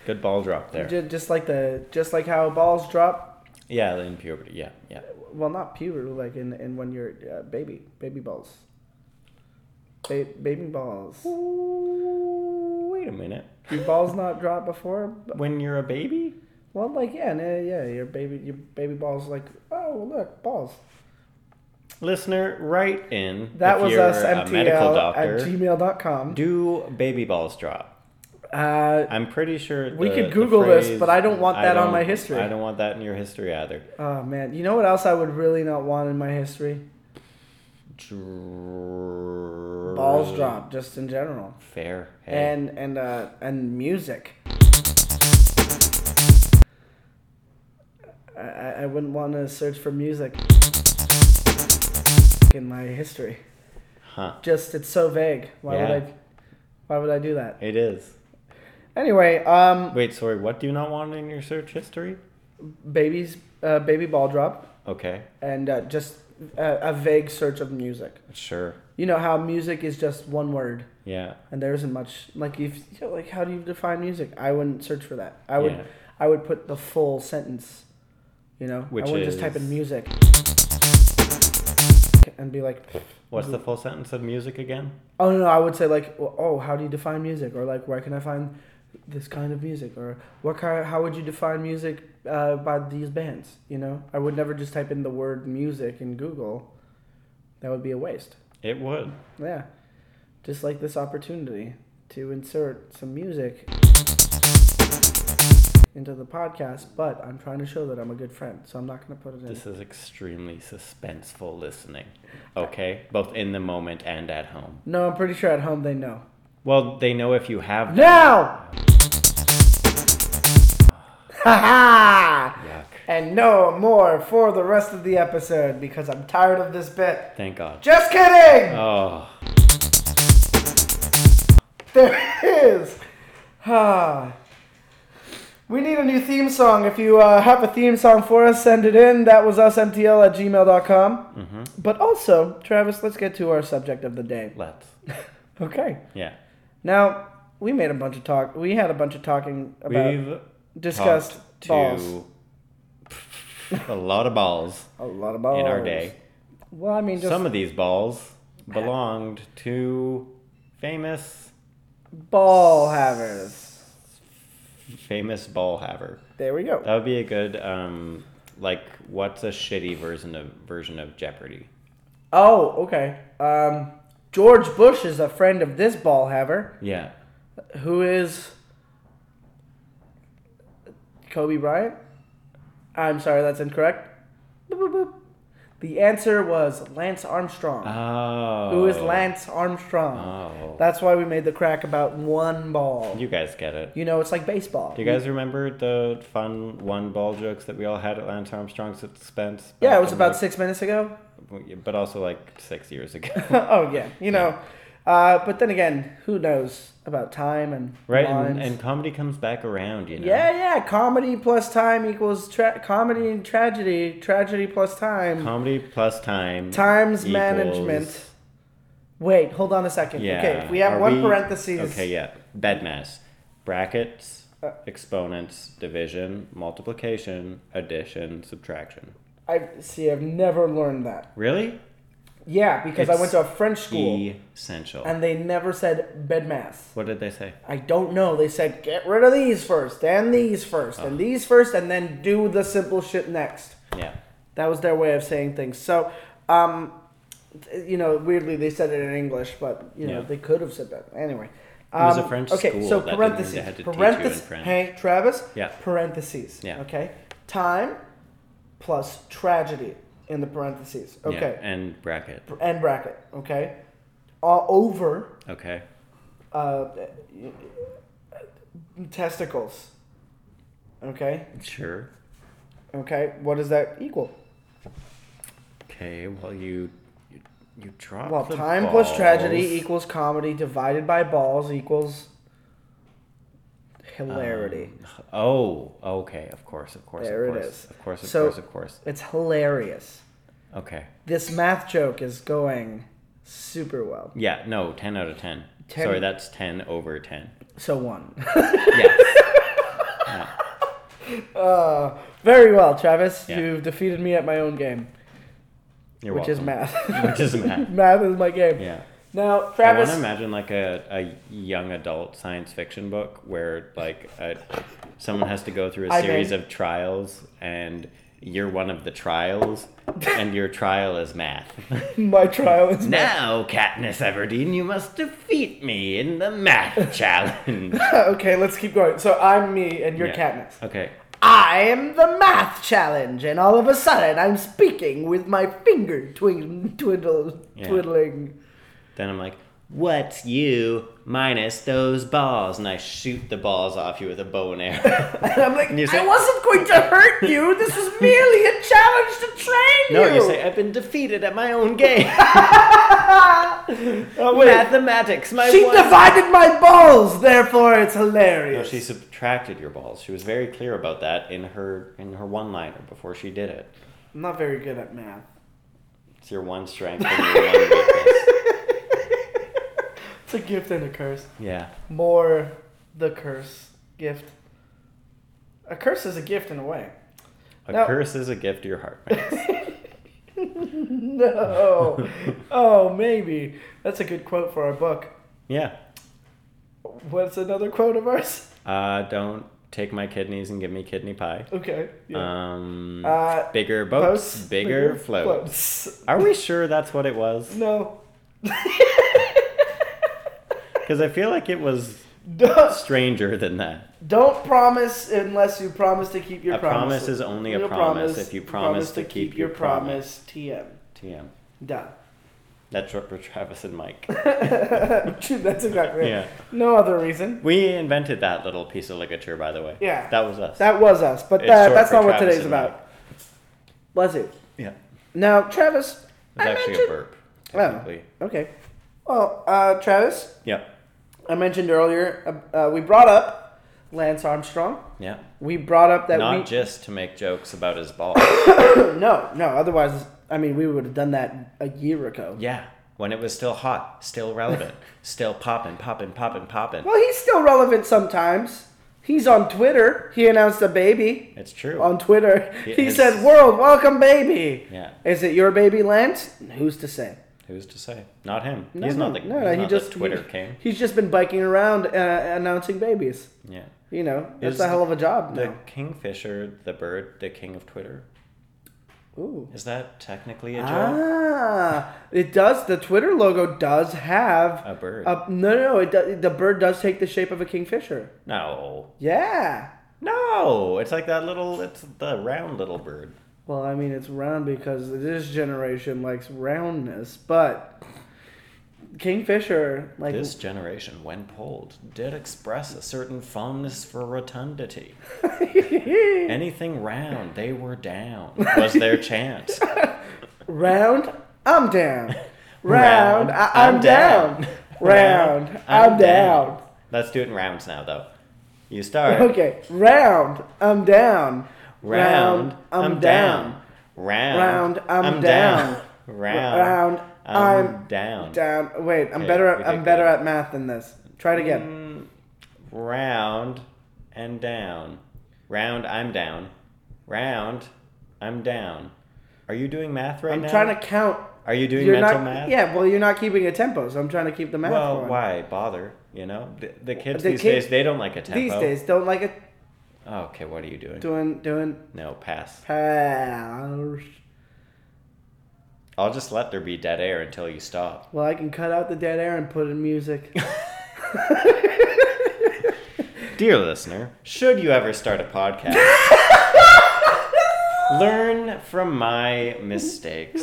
Speaker 2: Good ball drop there.
Speaker 1: ju- just like the just like how balls drop.
Speaker 2: Yeah, in puberty. Yeah, yeah.
Speaker 1: Well, not puberty, like in, in when you're uh, baby, baby balls, ba- baby balls.
Speaker 2: Ooh, wait a minute.
Speaker 1: Do balls not drop before?
Speaker 2: When you're a baby?
Speaker 1: Well, like yeah, yeah, yeah. Your baby, your baby balls, like oh look, balls.
Speaker 2: Listener, write in.
Speaker 1: That
Speaker 2: if
Speaker 1: was
Speaker 2: you're
Speaker 1: us,
Speaker 2: a medical
Speaker 1: MTL
Speaker 2: doctor.
Speaker 1: at gmail.com.
Speaker 2: Do baby balls drop?
Speaker 1: Uh,
Speaker 2: I'm pretty sure
Speaker 1: We
Speaker 2: the-
Speaker 1: could
Speaker 2: the
Speaker 1: Google this,
Speaker 2: phrase-
Speaker 1: but I don't want
Speaker 2: I
Speaker 1: that on
Speaker 2: don't-
Speaker 1: my history.
Speaker 2: I don't want that in your history either.
Speaker 1: oh man, you know what else I would really not want in my history?
Speaker 2: Dr-
Speaker 1: Balls drop, just in general,
Speaker 2: Fair. Hey.
Speaker 1: and and uh, and music. I- I, I wouldn't want to search for music in my history.
Speaker 2: huh?
Speaker 1: Just it's so vague. Why would
Speaker 2: Yeah.
Speaker 1: I? Why would I do that?
Speaker 2: It is.
Speaker 1: Anyway, um,
Speaker 2: Wait, sorry. What do you not want in your search history?
Speaker 1: babies, uh, baby ball drop,
Speaker 2: Okay,
Speaker 1: and uh, just a, a vague search of music.
Speaker 2: sure.
Speaker 1: You know how music is just one word,
Speaker 2: Yeah.
Speaker 1: and there isn't much like if you know, like how do you define music? I wouldn't search for that. I would
Speaker 2: Yeah.
Speaker 1: I would put the full sentence. You know,
Speaker 2: Which
Speaker 1: I would just type
Speaker 2: is-
Speaker 1: in music and be like,
Speaker 2: What's the full sentence of music again?
Speaker 1: oh no, no, I would say like, oh, how do you define music, or like where can I find this kind of music, or what kind? How would you define music uh, by these bands? You know, I would never just type in the word music in Google. That would be a waste.
Speaker 2: It would.
Speaker 1: Yeah. Just like this opportunity to insert some music into the podcast, but I'm trying to show that I'm a good friend, so I'm not going to put it in.
Speaker 2: This is extremely suspenseful listening. Okay? Both in the moment and at home.
Speaker 1: No, I'm pretty sure at home they know.
Speaker 2: Well, they know if you have them.
Speaker 1: Now! Ha ha!
Speaker 2: Yuck.
Speaker 1: And no more for the rest of the episode because I'm tired of this bit.
Speaker 2: Thank God.
Speaker 1: Just kidding!
Speaker 2: Oh.
Speaker 1: There it is. Ah. We need a new theme song. If you uh, have a theme song for us, send it in. That was us, MTL at gmail.com.
Speaker 2: Mm-hmm.
Speaker 1: But also, Travis, let's get to our subject of the day.
Speaker 2: Let's.
Speaker 1: Okay.
Speaker 2: Yeah.
Speaker 1: Now, we made a bunch of talk. We had a bunch of talking about,
Speaker 2: We've
Speaker 1: discussed
Speaker 2: talked to
Speaker 1: balls.
Speaker 2: a lot of balls
Speaker 1: A lot of balls.
Speaker 2: in our day.
Speaker 1: Well, I mean, just Ah.
Speaker 2: Some of these balls belonged to famous
Speaker 1: ball havers.
Speaker 2: famous ball haver.
Speaker 1: There we go.
Speaker 2: That would be a good um like what's a shitty version of version of Jeopardy?
Speaker 1: Oh, okay. Um, George Bush is a friend of this ball haver,
Speaker 2: Yeah.
Speaker 1: who is Kobe Bryant. I'm sorry, that's incorrect. Boop, boop, boop. The answer was Lance Armstrong.
Speaker 2: Oh.
Speaker 1: who is Lance Armstrong?
Speaker 2: Oh.
Speaker 1: That's why we made the crack about one ball.
Speaker 2: you guys get it.
Speaker 1: You know, it's like baseball.
Speaker 2: Do you guys remember the fun one ball jokes that we all had at Lance Armstrong's expense?
Speaker 1: yeah,
Speaker 2: back
Speaker 1: it was
Speaker 2: in,
Speaker 1: about
Speaker 2: like,
Speaker 1: six minutes ago.
Speaker 2: but also like six years ago.
Speaker 1: oh yeah, you know. Uh, but then again, who knows about time and
Speaker 2: Right,
Speaker 1: lines.
Speaker 2: and, and comedy comes back around, you know.
Speaker 1: yeah, yeah. Comedy plus time equals tra- comedy and tragedy. Tragedy plus time.
Speaker 2: Comedy plus time
Speaker 1: Times
Speaker 2: equals-
Speaker 1: management. Wait, hold on a second.
Speaker 2: Yeah.
Speaker 1: Okay, we have
Speaker 2: Are
Speaker 1: one
Speaker 2: we-
Speaker 1: parentheses.
Speaker 2: Okay, yeah. Bed mass, brackets,
Speaker 1: Uh.
Speaker 2: exponents, division, multiplication, addition, subtraction.
Speaker 1: I see. I've never learned that.
Speaker 2: Really?
Speaker 1: Yeah, because I
Speaker 2: It's E.
Speaker 1: went to a French school
Speaker 2: Essential.
Speaker 1: and they never said bed mass.
Speaker 2: what did they say?
Speaker 1: I don't know. They said get rid of these first, and these first,
Speaker 2: Ah.
Speaker 1: and these first, and then do the simple shit next.
Speaker 2: Yeah.
Speaker 1: That was their way of saying things. So, um, th- you know, weirdly they said it in English, but you know
Speaker 2: Yeah.
Speaker 1: they could have said that anyway. Um,
Speaker 2: was a French
Speaker 1: okay,
Speaker 2: school
Speaker 1: so
Speaker 2: that didn't-
Speaker 1: parentheses,
Speaker 2: they had to teach you in
Speaker 1: parentheses.
Speaker 2: French.
Speaker 1: Hey, Travis.
Speaker 2: Yeah.
Speaker 1: Parentheses.
Speaker 2: Yeah.
Speaker 1: Okay. Time plus tragedy in the parentheses.
Speaker 2: Yeah,
Speaker 1: Okay.
Speaker 2: And bracket.
Speaker 1: End bracket. Okay. All over
Speaker 2: Okay.
Speaker 1: uh, testicles. Okay.
Speaker 2: Sure.
Speaker 1: Okay. What does that equal?
Speaker 2: Okay. Well, you you, you drop.
Speaker 1: Well,
Speaker 2: the
Speaker 1: time plus tragedy
Speaker 2: balls.
Speaker 1: equals comedy divided by balls equals hilarity.
Speaker 2: Um, oh, okay. Of course, of course,
Speaker 1: There it
Speaker 2: of course,
Speaker 1: is.
Speaker 2: of course, of
Speaker 1: So-
Speaker 2: course, of course.
Speaker 1: it's hilarious.
Speaker 2: Okay.
Speaker 1: This math joke is going super well.
Speaker 2: Yeah. No. Ten out of ten.
Speaker 1: 10.
Speaker 2: Sorry, that's ten over ten.
Speaker 1: So one.
Speaker 2: Yes.
Speaker 1: uh, very well, Travis.
Speaker 2: Yeah.
Speaker 1: You've defeated me at my own game,
Speaker 2: You're
Speaker 1: which is
Speaker 2: welcome.
Speaker 1: math.
Speaker 2: Which is math.
Speaker 1: math is my game.
Speaker 2: Yeah.
Speaker 1: Now,
Speaker 2: I want
Speaker 1: Travis.
Speaker 2: to imagine like a, a young adult science fiction book where like a, someone has to go through
Speaker 1: I
Speaker 2: a series
Speaker 1: mean-
Speaker 2: of trials and you're one of the trials and your trial is math.
Speaker 1: my trial is math.
Speaker 2: now, Katniss Everdeen, you must defeat me in the math challenge.
Speaker 1: okay, let's keep going. So I'm me and you're
Speaker 2: Yeah.
Speaker 1: Katniss.
Speaker 2: Okay.
Speaker 1: I am the math challenge, and all of a sudden I'm speaking with my finger twing, twiddle,
Speaker 2: Yeah.
Speaker 1: twiddling.
Speaker 2: Then I'm like, what's you minus those balls? And I shoot the balls off you with a bow and arrow.
Speaker 1: And I'm like,
Speaker 2: you say-
Speaker 1: I wasn't going to hurt you. This was merely a challenge to train
Speaker 2: no,
Speaker 1: you.
Speaker 2: you say, I've been defeated at my own game.
Speaker 1: oh, wait.
Speaker 2: Mathematics, my
Speaker 1: she
Speaker 2: one-
Speaker 1: divided my balls, therefore it's hilarious.
Speaker 2: No, she subtracted your balls. She was very clear about that in her in her one liner before she did it.
Speaker 1: I'm not very good at math.
Speaker 2: It's your one strength and your one weakness.
Speaker 1: It's a gift and a curse.
Speaker 2: Yeah.
Speaker 1: More the curse gift. A curse is a gift in a way.
Speaker 2: A
Speaker 1: No.
Speaker 2: curse is a gift to your heart. Max.
Speaker 1: No. oh, maybe. That's a good quote for our book.
Speaker 2: yeah.
Speaker 1: What's another quote of ours?
Speaker 2: Uh, don't take my kidneys and give me kidney pie.
Speaker 1: Okay. yeah.
Speaker 2: Um,
Speaker 1: Uh,
Speaker 2: bigger boats, bigger, floats.
Speaker 1: floats.
Speaker 2: Are we sure that's what it was?
Speaker 1: No.
Speaker 2: Because I feel like it was
Speaker 1: don't,
Speaker 2: stranger than that.
Speaker 1: don't promise unless you promise to keep your
Speaker 2: A
Speaker 1: promise.
Speaker 2: promise is only a
Speaker 1: Real
Speaker 2: promise if you promise to keep your
Speaker 1: promise. TM.
Speaker 2: TM.
Speaker 1: Done.
Speaker 2: That's what for Travis and Mike.
Speaker 1: That's exactly right.
Speaker 2: Yeah.
Speaker 1: No other reason.
Speaker 2: We invented that little piece of ligature, by the way.
Speaker 1: Yeah.
Speaker 2: That was us.
Speaker 1: That was us, but
Speaker 2: It's
Speaker 1: that,
Speaker 2: short
Speaker 1: that's
Speaker 2: for
Speaker 1: not what
Speaker 2: Travis
Speaker 1: today's
Speaker 2: and Mike.
Speaker 1: about. Was it?
Speaker 2: Yeah.
Speaker 1: Now, Travis.
Speaker 2: It's
Speaker 1: I
Speaker 2: actually a
Speaker 1: mentioned-
Speaker 2: burp,
Speaker 1: Oh.
Speaker 2: technically.
Speaker 1: Okay. Well, uh, Travis,
Speaker 2: Yeah.
Speaker 1: I mentioned earlier, uh, uh, we brought up Lance Armstrong.
Speaker 2: Yeah.
Speaker 1: We brought up that
Speaker 2: Not
Speaker 1: we
Speaker 2: just to make jokes about his ball.
Speaker 1: no, no. Otherwise, I mean, we would have done that a year ago.
Speaker 2: yeah. When it was still hot, still relevant, still poppin', poppin', poppin', poppin'.
Speaker 1: Well, he's still relevant sometimes. He's on Twitter. He announced a baby
Speaker 2: It's true.
Speaker 1: on Twitter.
Speaker 2: He
Speaker 1: He
Speaker 2: is-
Speaker 1: said, "World, welcome baby."
Speaker 2: Yeah.
Speaker 1: Is it your baby, Lance? Who's to say?
Speaker 2: Who's to say? Not him.
Speaker 1: No,
Speaker 2: he's
Speaker 1: no,
Speaker 2: not the,
Speaker 1: no,
Speaker 2: he's
Speaker 1: no,
Speaker 2: not
Speaker 1: he
Speaker 2: the
Speaker 1: just
Speaker 2: Twitter
Speaker 1: he-
Speaker 2: king.
Speaker 1: He's just been biking around uh, announcing babies.
Speaker 2: Yeah.
Speaker 1: You know, that's
Speaker 2: Is
Speaker 1: a hell of a job.
Speaker 2: The
Speaker 1: now.
Speaker 2: kingfisher, the bird, the king of Twitter.
Speaker 1: Ooh.
Speaker 2: Is that technically a joke?
Speaker 1: Ah, it does. The Twitter logo does have
Speaker 2: A bird.
Speaker 1: A, no, no, it do, the bird does take the shape of a kingfisher.
Speaker 2: No.
Speaker 1: Yeah.
Speaker 2: No. It's like that little it's the round little bird.
Speaker 1: Well, I mean, it's round because this generation likes roundness, but kingfisher, like,
Speaker 2: This generation, when polled, did express a certain fondness for rotundity. Anything round, they were down, was their chant.
Speaker 1: round, I'm down. Round,
Speaker 2: Round,
Speaker 1: I, I'm,
Speaker 2: I'm
Speaker 1: down.
Speaker 2: down.
Speaker 1: Round, I'm, down.
Speaker 2: Let's do it in rounds now, though. You start.
Speaker 1: Okay, round, I'm down.
Speaker 2: Round, I'm, down. Round,
Speaker 1: Round, I'm down.
Speaker 2: Round,
Speaker 1: Round,
Speaker 2: I'm,
Speaker 1: I'm
Speaker 2: down.
Speaker 1: Down. Wait, I'm
Speaker 2: Okay,
Speaker 1: better. At,
Speaker 2: we
Speaker 1: I'm
Speaker 2: did
Speaker 1: better
Speaker 2: good.
Speaker 1: at math than this. Try it again.
Speaker 2: Mm, round and down. Round, I'm down. Round, I'm down. Are you doing math right
Speaker 1: I'm
Speaker 2: now?
Speaker 1: trying to count.
Speaker 2: Are you doing
Speaker 1: You're
Speaker 2: mental
Speaker 1: not.
Speaker 2: math?
Speaker 1: Yeah. Well, you're not keeping a tempo, so I'm trying to keep the math
Speaker 2: Well,
Speaker 1: going.
Speaker 2: why bother? You know, the, the kids
Speaker 1: The
Speaker 2: these
Speaker 1: kid-
Speaker 2: days they don't like a tempo.
Speaker 1: These days, don't like it.
Speaker 2: Okay, what are you doing?
Speaker 1: Doing, doing.
Speaker 2: no pass.
Speaker 1: Pass.
Speaker 2: I'll just let there be dead air until you stop.
Speaker 1: Well, I can cut out the dead air and put in music.
Speaker 2: Dear listener, should you ever start a podcast, learn from my mistakes.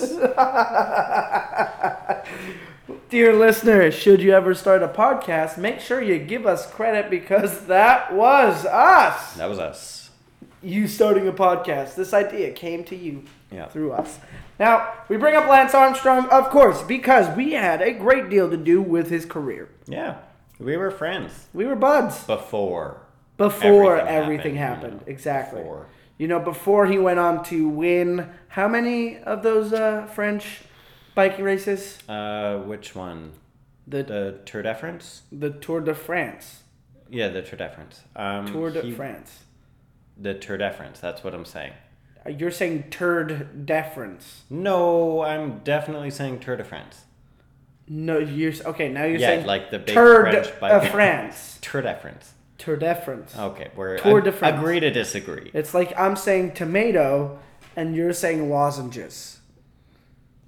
Speaker 1: Dear listener, should you ever start a podcast, make sure you give us credit because that was us.
Speaker 2: That was us.
Speaker 1: You starting a podcast. This idea came to you.
Speaker 2: Yeah.
Speaker 1: through us. Now, we bring up Lance Armstrong, of course, because we had a great deal to do with his career.
Speaker 2: Yeah. We were friends
Speaker 1: We were buds
Speaker 2: before.
Speaker 1: before
Speaker 2: Everything
Speaker 1: everything happened.
Speaker 2: happened, you know,
Speaker 1: Exactly.
Speaker 2: before.
Speaker 1: You know, before he went on to win how many of those uh, French biking races?
Speaker 2: Uh, which one?
Speaker 1: The,
Speaker 2: The Tour de France?
Speaker 1: the Tour de France.
Speaker 2: Yeah, the Tour de France. Um,
Speaker 1: Tour de
Speaker 2: he-
Speaker 1: France.
Speaker 2: The Tour de France. That's what I'm saying.
Speaker 1: Uh, You're saying turd deference.
Speaker 2: No, I'm definitely saying Tour de France.
Speaker 1: No, you're s- okay. Now you're
Speaker 2: Yeah,
Speaker 1: saying
Speaker 2: like the big
Speaker 1: turd
Speaker 2: French
Speaker 1: of
Speaker 2: bike-
Speaker 1: France.
Speaker 2: Tour de France.
Speaker 1: Tour deference.
Speaker 2: Okay, we're
Speaker 1: Tour
Speaker 2: ag-
Speaker 1: de France.
Speaker 2: agree to disagree.
Speaker 1: It's like I'm saying tomato and you're saying lozenges.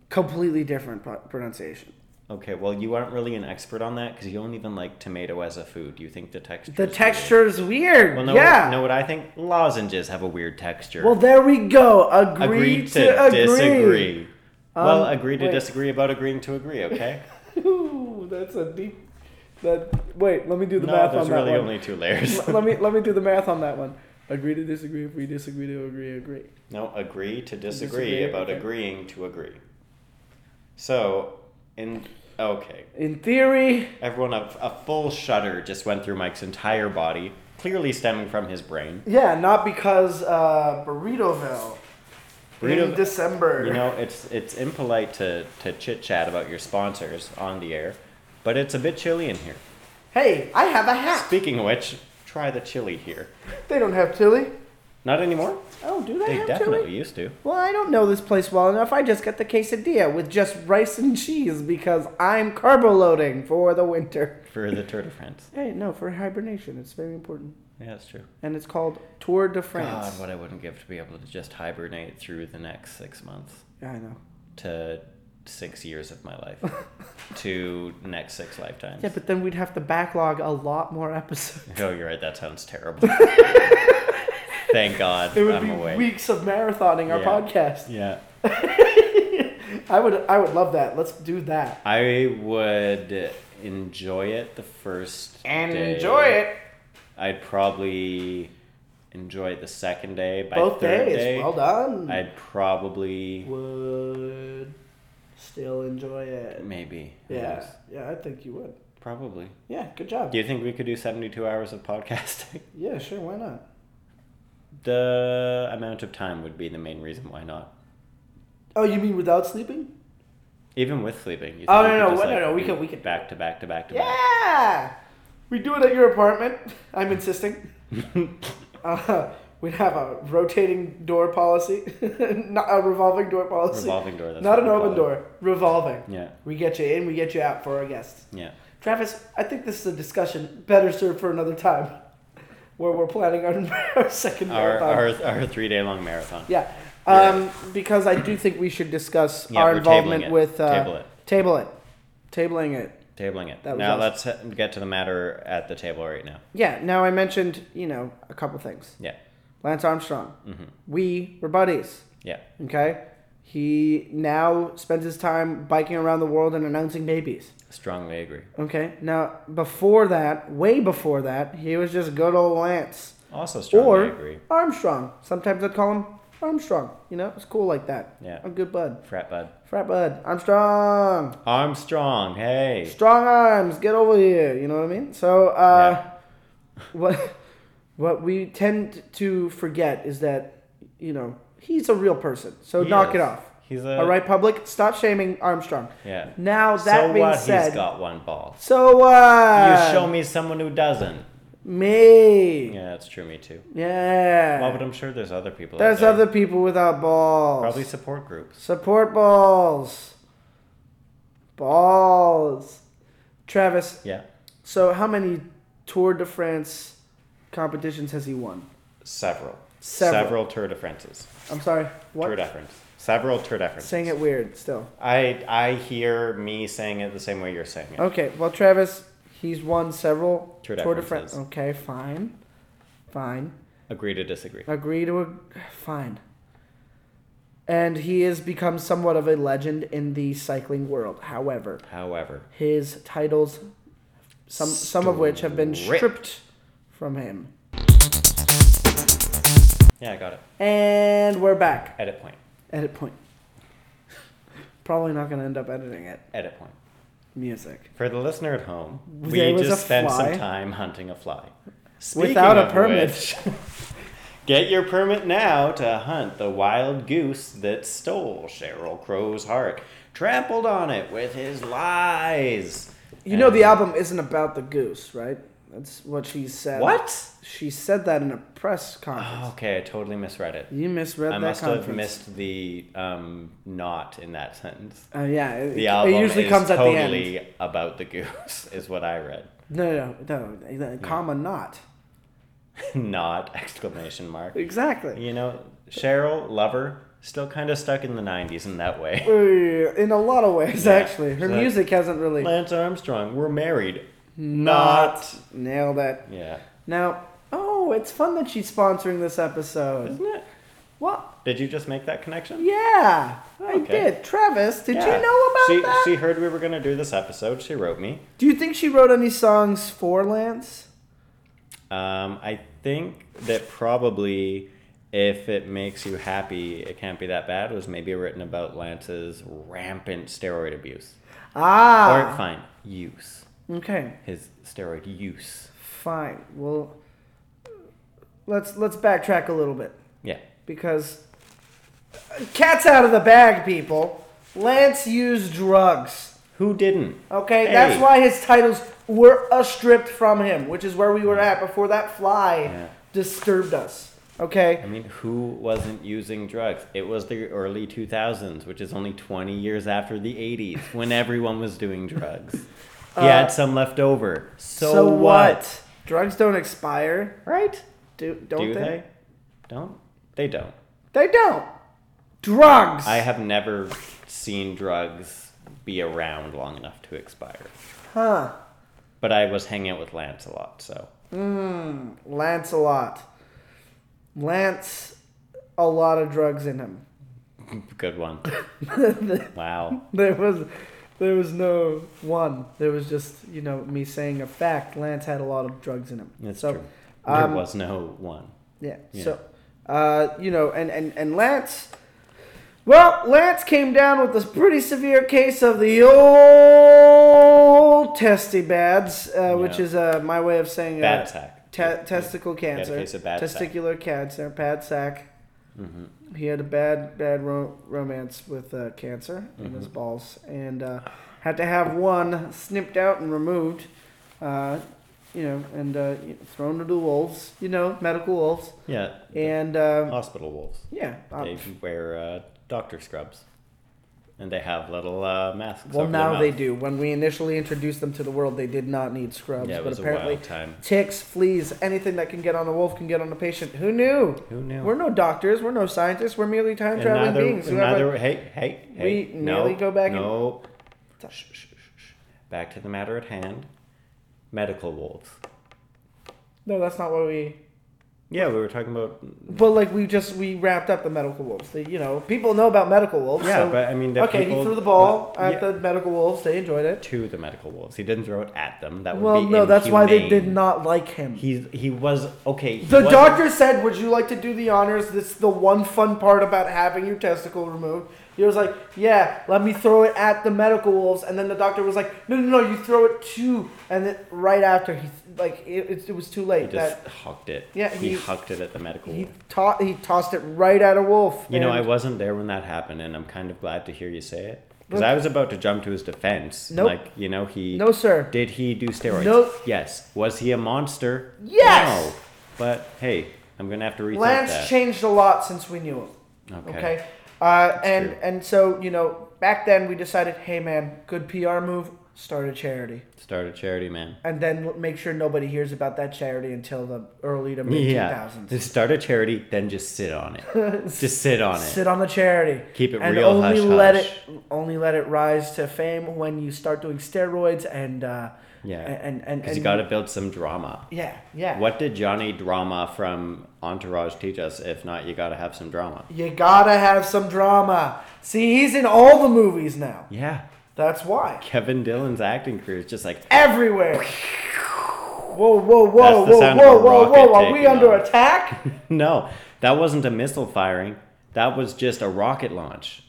Speaker 1: Completely different pro- pronunciation.
Speaker 2: Okay, well, you aren't really an expert on that because you don't even like tomato as a food. You think the texture.
Speaker 1: The
Speaker 2: is
Speaker 1: texture is weird.
Speaker 2: Weird. Well, no,
Speaker 1: yeah.
Speaker 2: Know what I think? Lozenges have a weird texture.
Speaker 1: Well, there we go. Agree
Speaker 2: agree
Speaker 1: to,
Speaker 2: to,
Speaker 1: agree. Um,
Speaker 2: disagree. well, agree to
Speaker 1: wait.
Speaker 2: disagree about agreeing to agree. Okay.
Speaker 1: Ooh, that's a deep. That wait, let me do the
Speaker 2: no,
Speaker 1: math
Speaker 2: there's
Speaker 1: on that
Speaker 2: really
Speaker 1: one.
Speaker 2: only two layers.
Speaker 1: L- let me let me do the math on that one. Agree to disagree. If we disagree to agree, agree.
Speaker 2: No, agree to disagree,
Speaker 1: disagree,
Speaker 2: about
Speaker 1: okay.
Speaker 2: agreeing to agree. So, in okay,
Speaker 1: In theory,
Speaker 2: everyone a, a full shudder just went through Mike's entire body, clearly stemming from his brain.
Speaker 1: yeah, not because uh, Burritoville in
Speaker 2: Burrito-
Speaker 1: December.
Speaker 2: You know, it's it's impolite to to chit chat about your sponsors on the air, but it's a bit chilly in here.
Speaker 1: hey, I have a hat.
Speaker 2: Speaking of which, try the chili here.
Speaker 1: They don't have chili.
Speaker 2: Not anymore.
Speaker 1: Oh, do they,
Speaker 2: They
Speaker 1: have
Speaker 2: definitely
Speaker 1: chili?
Speaker 2: used to.
Speaker 1: Well, I don't know this place well enough. I just get the quesadilla with just rice and cheese because I'm carbo loading for the winter.
Speaker 2: for the Tour de France.
Speaker 1: Hey, no, for hibernation, it's very important,
Speaker 2: Yeah, that's true.
Speaker 1: and it's called Tour de France.
Speaker 2: God, what I wouldn't give to be able to just hibernate through the next six months
Speaker 1: Yeah, I know.
Speaker 2: to six years of my life to next six lifetimes.
Speaker 1: Yeah, but then we'd have to backlog a lot more episodes.
Speaker 2: oh, you're right. That sounds terrible. Thank God
Speaker 1: It would
Speaker 2: I'm
Speaker 1: be
Speaker 2: away.
Speaker 1: weeks of marathoning our
Speaker 2: Yeah.
Speaker 1: podcast.
Speaker 2: Yeah,
Speaker 1: I would, I would love that. Let's do that.
Speaker 2: I would enjoy it the first day. I'd probably enjoy it the second day. By
Speaker 1: both
Speaker 2: third
Speaker 1: days.
Speaker 2: day,
Speaker 1: Well done.
Speaker 2: I'd probably
Speaker 1: would still enjoy it.
Speaker 2: maybe who
Speaker 1: Yeah,
Speaker 2: knows?
Speaker 1: yeah, I think you would.
Speaker 2: probably.
Speaker 1: Yeah, good job.
Speaker 2: Do you think we could do 72 hours of podcasting?
Speaker 1: Yeah, sure, why not?
Speaker 2: the amount of time would be the main reason why not.
Speaker 1: Oh, you mean without sleeping?
Speaker 2: Even with sleeping. You think
Speaker 1: Oh,
Speaker 2: we
Speaker 1: no,
Speaker 2: could
Speaker 1: no,
Speaker 2: just,
Speaker 1: what- no, no, we
Speaker 2: do
Speaker 1: could- we could-
Speaker 2: Back to back to back to
Speaker 1: Yeah! We do it at your apartment. I'm insisting.
Speaker 2: back.
Speaker 1: Uh, We'd have a rotating door policy, not a revolving door policy.
Speaker 2: Revolving door, that's
Speaker 1: Not
Speaker 2: what
Speaker 1: an
Speaker 2: we
Speaker 1: open
Speaker 2: call it.
Speaker 1: door. Revolving.
Speaker 2: Yeah.
Speaker 1: We get you in, we get you out for our guests.
Speaker 2: Yeah.
Speaker 1: Travis, I think this is a discussion better served for another time, where we're planning our, our second
Speaker 2: Our,
Speaker 1: marathon.
Speaker 2: our, our three day long marathon.
Speaker 1: Yeah. Um, because I do think we should discuss
Speaker 2: Yeah,
Speaker 1: our
Speaker 2: we're tabling
Speaker 1: involvement
Speaker 2: it.
Speaker 1: with uh,
Speaker 2: Table it.
Speaker 1: table it, tabling it.
Speaker 2: Tabling it.
Speaker 1: That was
Speaker 2: now
Speaker 1: awesome.
Speaker 2: let's he- get to the matter at the table right now.
Speaker 1: Yeah. Now I mentioned you know a couple things.
Speaker 2: Yeah.
Speaker 1: Lance Armstrong.
Speaker 2: Mm-hmm.
Speaker 1: We were buddies.
Speaker 2: Yeah.
Speaker 1: Okay. He now spends his time biking around the world and announcing babies.
Speaker 2: Strongly agree.
Speaker 1: Okay. Now before that, way before that, he was just good old Lance.
Speaker 2: Also strongly
Speaker 1: or
Speaker 2: agree.
Speaker 1: Armstrong. Sometimes I'd call him Armstrong. You know, it's cool like that.
Speaker 2: Yeah.
Speaker 1: A good bud.
Speaker 2: Frat bud.
Speaker 1: Frat bud. Armstrong.
Speaker 2: Armstrong. Hey.
Speaker 1: Strong arms. Get over here. You know what I mean? So, uh, what, what we tend to forget is that, you know, he's a real person. So
Speaker 2: He
Speaker 1: knock it
Speaker 2: is.
Speaker 1: off.
Speaker 2: He's a.
Speaker 1: All right, public, stop shaming Armstrong.
Speaker 2: Yeah.
Speaker 1: Now, that
Speaker 2: so
Speaker 1: being
Speaker 2: what?
Speaker 1: said, uh,
Speaker 2: He's got one ball.
Speaker 1: so
Speaker 2: You
Speaker 1: what?
Speaker 2: show me someone who doesn't.
Speaker 1: me.
Speaker 2: Yeah, that's true. Me too.
Speaker 1: Yeah.
Speaker 2: Well, but I'm sure there's other people. out
Speaker 1: There's
Speaker 2: there.
Speaker 1: other people without balls.
Speaker 2: Probably support groups.
Speaker 1: Support balls. Balls. Travis,
Speaker 2: Yeah.
Speaker 1: so how many Tour de France competitions has he won?
Speaker 2: Several.
Speaker 1: Several.
Speaker 2: Tour de France's.
Speaker 1: I'm sorry. What?
Speaker 2: Tour de France. Several Tour de France.
Speaker 1: Saying it weird still.
Speaker 2: I I hear me saying it the same way you're saying it.
Speaker 1: Okay, well, Travis, he's won several
Speaker 2: Tour de
Speaker 1: Fran-
Speaker 2: France's.
Speaker 1: Okay, fine. Fine.
Speaker 2: Agree to disagree.
Speaker 1: Agree to a. Fine. And he has become somewhat of a legend in the cycling world. However,
Speaker 2: However,
Speaker 1: his titles, some some of which have been
Speaker 2: Stripped.
Speaker 1: stripped from him.
Speaker 2: yeah, I got it.
Speaker 1: And we're back.
Speaker 2: Edit point.
Speaker 1: Edit point. Probably not going to end up editing it.
Speaker 2: Edit point.
Speaker 1: Music.
Speaker 2: For the listener at home, we
Speaker 1: There was a
Speaker 2: just spent some
Speaker 1: fly.
Speaker 2: time hunting a fly.
Speaker 1: Without a
Speaker 2: of
Speaker 1: permit.
Speaker 2: which, get your permit now to hunt the wild goose that stole Cheryl Crow's heart, trampled on it with his lies.
Speaker 1: You know the
Speaker 2: And-
Speaker 1: album isn't about the goose, right? That's what she said.
Speaker 2: What? Oh,
Speaker 1: She said that in a press conference.
Speaker 2: Okay, I totally misread it.
Speaker 1: You misread
Speaker 2: I
Speaker 1: that
Speaker 2: must
Speaker 1: conference.
Speaker 2: have missed the um, not in that sentence.
Speaker 1: Uh, yeah, it,
Speaker 2: The album
Speaker 1: it usually
Speaker 2: is
Speaker 1: comes at the end.
Speaker 2: totally about the goose, is what I read.
Speaker 1: No, no, no, no, comma not.
Speaker 2: not exclamation mark.
Speaker 1: Exactly.
Speaker 2: You know, Cheryl, lover, still kind of stuck in the 90s in that way.
Speaker 1: Uh, In a lot of ways,
Speaker 2: Yeah,
Speaker 1: actually, her
Speaker 2: so-
Speaker 1: music hasn't really
Speaker 2: Lance Armstrong, we're married. Not.
Speaker 1: nailed it.
Speaker 2: Yeah.
Speaker 1: Now, oh, it's fun that she's sponsoring this episode.
Speaker 2: Isn't it?
Speaker 1: What?
Speaker 2: Did you just make that connection?
Speaker 1: Yeah, I
Speaker 2: Okay.
Speaker 1: did. Travis, did
Speaker 2: Yeah.
Speaker 1: you know about
Speaker 2: she,
Speaker 1: that?
Speaker 2: She heard we were going to do this episode. She wrote me.
Speaker 1: Do you think she wrote any songs for Lance?
Speaker 2: Um, I think that probably if it makes you happy, it can't be that bad, was maybe written about Lance's rampant steroid abuse. Or
Speaker 1: Ah.
Speaker 2: fine, use.
Speaker 1: Okay,
Speaker 2: His steroid use.
Speaker 1: fine. Well, let's let's backtrack a little bit
Speaker 2: Yeah.
Speaker 1: because cat's out of the bag, people. Lance used drugs.
Speaker 2: Who didn't?
Speaker 1: Okay, that's
Speaker 2: Hey.
Speaker 1: why his titles were uh, stripped from him, which is where we were at before that fly
Speaker 2: Yeah.
Speaker 1: disturbed us. Okay.
Speaker 2: I mean, who wasn't using drugs? It was the early 2000s, which is only 20 years after the 80s, when everyone was doing drugs. He had some left over. So, what?
Speaker 1: Drugs don't expire,
Speaker 2: Right?
Speaker 1: do, don't
Speaker 2: Do
Speaker 1: they?
Speaker 2: they? Don't? They don't.
Speaker 1: They don't. Drugs.
Speaker 2: I have never seen drugs be around long enough to expire.
Speaker 1: huh.
Speaker 2: But I was hanging out with Lance a lot, so.
Speaker 1: Lancelot. Lance, a lot of drugs in him.
Speaker 2: Good one. wow.
Speaker 1: There was, there was no one. There was just you know me saying a fact. Lance had a lot of drugs in him.
Speaker 2: That's
Speaker 1: so,
Speaker 2: true. There
Speaker 1: um,
Speaker 2: was no one.
Speaker 1: Yeah.
Speaker 2: Yeah.
Speaker 1: So, uh, you know, and, and, and Lance, well, Lance came down with this pretty severe case of the old testy bads, uh, which
Speaker 2: Yeah.
Speaker 1: is uh, my way of saying
Speaker 2: Bad
Speaker 1: uh,
Speaker 2: sack.
Speaker 1: te- testicle cancer,
Speaker 2: case of bad Mm-hmm. sack.
Speaker 1: testicular cancer, bad sack. He had a bad, bad ro- romance with uh, cancer in
Speaker 2: Mm-hmm.
Speaker 1: his balls, and uh, had to have one snipped out and removed uh, you know, and uh, thrown to the wolves, you know, medical wolves.
Speaker 2: Yeah.
Speaker 1: And um,
Speaker 2: Hospital wolves.
Speaker 1: yeah, uh,
Speaker 2: They wear uh, doctor scrubs, and they have little uh, masks.
Speaker 1: well
Speaker 2: over their
Speaker 1: now they
Speaker 2: mouth.
Speaker 1: do. When we initially introduced them to the world, they did not need scrubs,
Speaker 2: Yeah, it
Speaker 1: but
Speaker 2: was
Speaker 1: apparently
Speaker 2: a wild time.
Speaker 1: ticks, fleas, anything that can get on a wolf can get on a patient. Who knew?
Speaker 2: Who knew?
Speaker 1: We're no doctors. We're no scientists. We're merely time
Speaker 2: and
Speaker 1: traveling
Speaker 2: neither,
Speaker 1: beings.
Speaker 2: and
Speaker 1: who have a-
Speaker 2: neither- hey, hey, hey.
Speaker 1: We
Speaker 2: no,
Speaker 1: merely go back and-
Speaker 2: no. Shh, shh, shh, shh. Back to the matter at hand. Medical wolves.
Speaker 1: no, that's not what we.
Speaker 2: Yeah, we were talking about.
Speaker 1: But like we just we wrapped up the medical wolves. The, you know, people know about medical wolves.
Speaker 2: Yeah,
Speaker 1: so-
Speaker 2: but I mean, the
Speaker 1: okay,
Speaker 2: people,
Speaker 1: he threw the ball
Speaker 2: Yeah,
Speaker 1: at the medical wolves. They enjoyed it.
Speaker 2: to the medical wolves. He didn't throw it at them. That would
Speaker 1: Well,
Speaker 2: be
Speaker 1: no, that's why they did
Speaker 2: inhumane.
Speaker 1: not like him.
Speaker 2: He he was okay. he
Speaker 1: the
Speaker 2: wasn't-
Speaker 1: doctor said, "Would you like to do the honors? This is the one fun part about having your testicle removed." He was like, "Yeah, let me throw it at the medical wolves," and then the doctor was like, "No, no, no, you throw it too." And then right after he like it, it, it was too
Speaker 2: He
Speaker 1: late.
Speaker 2: just
Speaker 1: That
Speaker 2: hucked it.
Speaker 1: Yeah,
Speaker 2: he,
Speaker 1: he-
Speaker 2: hucked it at the medical.
Speaker 1: he
Speaker 2: wolf.
Speaker 1: taught he tossed it right at a wolf.
Speaker 2: You know, I
Speaker 1: and-
Speaker 2: wasn't there when that happened, and I'm kind of glad to hear you say it because
Speaker 1: Look-
Speaker 2: I was about to jump to his defense.
Speaker 1: Nope.
Speaker 2: Like you know, he
Speaker 1: no sir.
Speaker 2: Did he do steroids?
Speaker 1: Nope.
Speaker 2: Yes. Was he a monster?
Speaker 1: Yes!
Speaker 2: No. But hey, I'm gonna have to rethink
Speaker 1: Lance
Speaker 2: that.
Speaker 1: changed a lot since we knew him.
Speaker 2: okay.
Speaker 1: Okay. Uh, and
Speaker 2: true.
Speaker 1: and so you know, back then we decided, hey man, good PR move, start a charity,
Speaker 2: Start a charity, man.
Speaker 1: and then l- make sure nobody hears about that charity until the early to mid two
Speaker 2: Yeah.
Speaker 1: thousands.
Speaker 2: Just start a charity, then just sit on it. just sit on it.
Speaker 1: Sit on the charity.
Speaker 2: Keep it
Speaker 1: and
Speaker 2: real,
Speaker 1: Only
Speaker 2: hush,
Speaker 1: let
Speaker 2: hush.
Speaker 1: it only let it rise to fame when you start doing steroids and uh,
Speaker 2: Yeah.
Speaker 1: and and, and
Speaker 2: Because you got to build some drama.
Speaker 1: yeah yeah
Speaker 2: What did Johnny Drama from Entourage teach us? If not, you got to have some drama.
Speaker 1: you gotta have some drama. See, he's in all the movies now.
Speaker 2: Yeah.
Speaker 1: That's why.
Speaker 2: Kevin Dillon's acting career is just like
Speaker 1: everywhere. Whoa, whoa, whoa,
Speaker 2: That's the
Speaker 1: whoa,
Speaker 2: sound of
Speaker 1: whoa,
Speaker 2: a
Speaker 1: whoa, whoa!
Speaker 2: rocket
Speaker 1: Are we
Speaker 2: taking
Speaker 1: under
Speaker 2: off.
Speaker 1: attack?
Speaker 2: no, that wasn't a missile firing. That was just a rocket launch.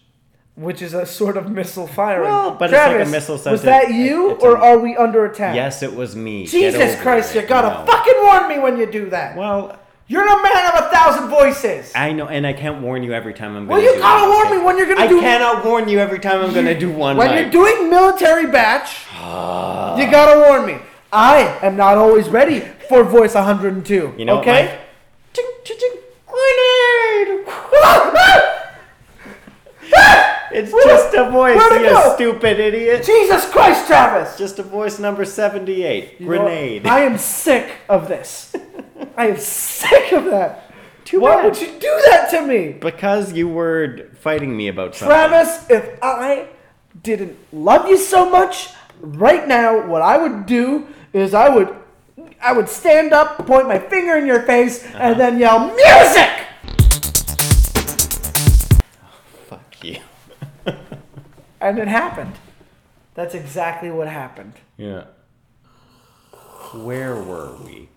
Speaker 1: Which is a sort of missile firing.
Speaker 2: Well, but it's like a
Speaker 1: Travis,
Speaker 2: missile
Speaker 1: Was
Speaker 2: sentence.
Speaker 1: that you,
Speaker 2: It's a-
Speaker 1: or are we under attack?
Speaker 2: Yes, it was me. Get
Speaker 1: Jesus
Speaker 2: over
Speaker 1: Christ!
Speaker 2: it.
Speaker 1: You gotta
Speaker 2: No.
Speaker 1: fucking warn me when you do that.
Speaker 2: Well,
Speaker 1: You're a man of a thousand voices.
Speaker 2: I know, and I can't warn you every time I'm
Speaker 1: Well,
Speaker 2: going to.
Speaker 1: you gotta warn me when you're gonna
Speaker 2: I
Speaker 1: do.
Speaker 2: cannot warn you every time I'm going to do one.
Speaker 1: when
Speaker 2: mic.
Speaker 1: you're doing military batch. you gotta warn me. I am not always ready for voice 102.
Speaker 2: You know what,
Speaker 1: okay.
Speaker 2: Mike?
Speaker 1: Ching, ching, ching. Grenade!
Speaker 2: it's just a voice,
Speaker 1: Where'd it
Speaker 2: you
Speaker 1: go?
Speaker 2: stupid idiot.
Speaker 1: Jesus Christ, Travis!
Speaker 2: Just a voice number seventy-eight.
Speaker 1: You know,
Speaker 2: Grenade.
Speaker 1: I am sick of this. I am sick of that.
Speaker 2: Too
Speaker 1: Why
Speaker 2: bad.
Speaker 1: would you do that to me?
Speaker 2: because you were fighting me about something.
Speaker 1: Travis, if I didn't love you so much, right now what I would do is I would I would stand up, point my finger in your face,
Speaker 2: Uh-huh.
Speaker 1: and then yell, Music!
Speaker 2: Fuck you.
Speaker 1: And it happened. That's exactly what happened.
Speaker 2: Yeah. Where were we?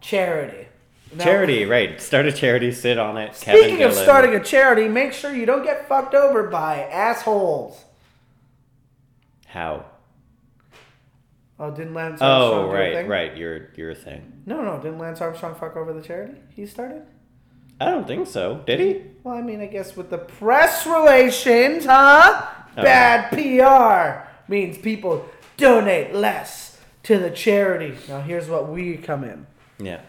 Speaker 1: Charity. Now-
Speaker 2: Charity, right. Start a charity, sit on it. Kevin
Speaker 1: Speaking of
Speaker 2: Dillon.
Speaker 1: starting a charity, make sure you don't get fucked over by assholes.
Speaker 2: How?
Speaker 1: Oh, didn't Lance Armstrong
Speaker 2: Oh,
Speaker 1: do a
Speaker 2: right,
Speaker 1: thing?
Speaker 2: right. Your your thing.
Speaker 1: No, no, didn't Lance Armstrong fuck over the charity he started?
Speaker 2: I don't think so. Did he?
Speaker 1: Well, I mean, I guess with the press relations, huh?
Speaker 2: Oh.
Speaker 1: Bad PR means people donate less to the charity. Now, here's what we come in.
Speaker 2: Yeah.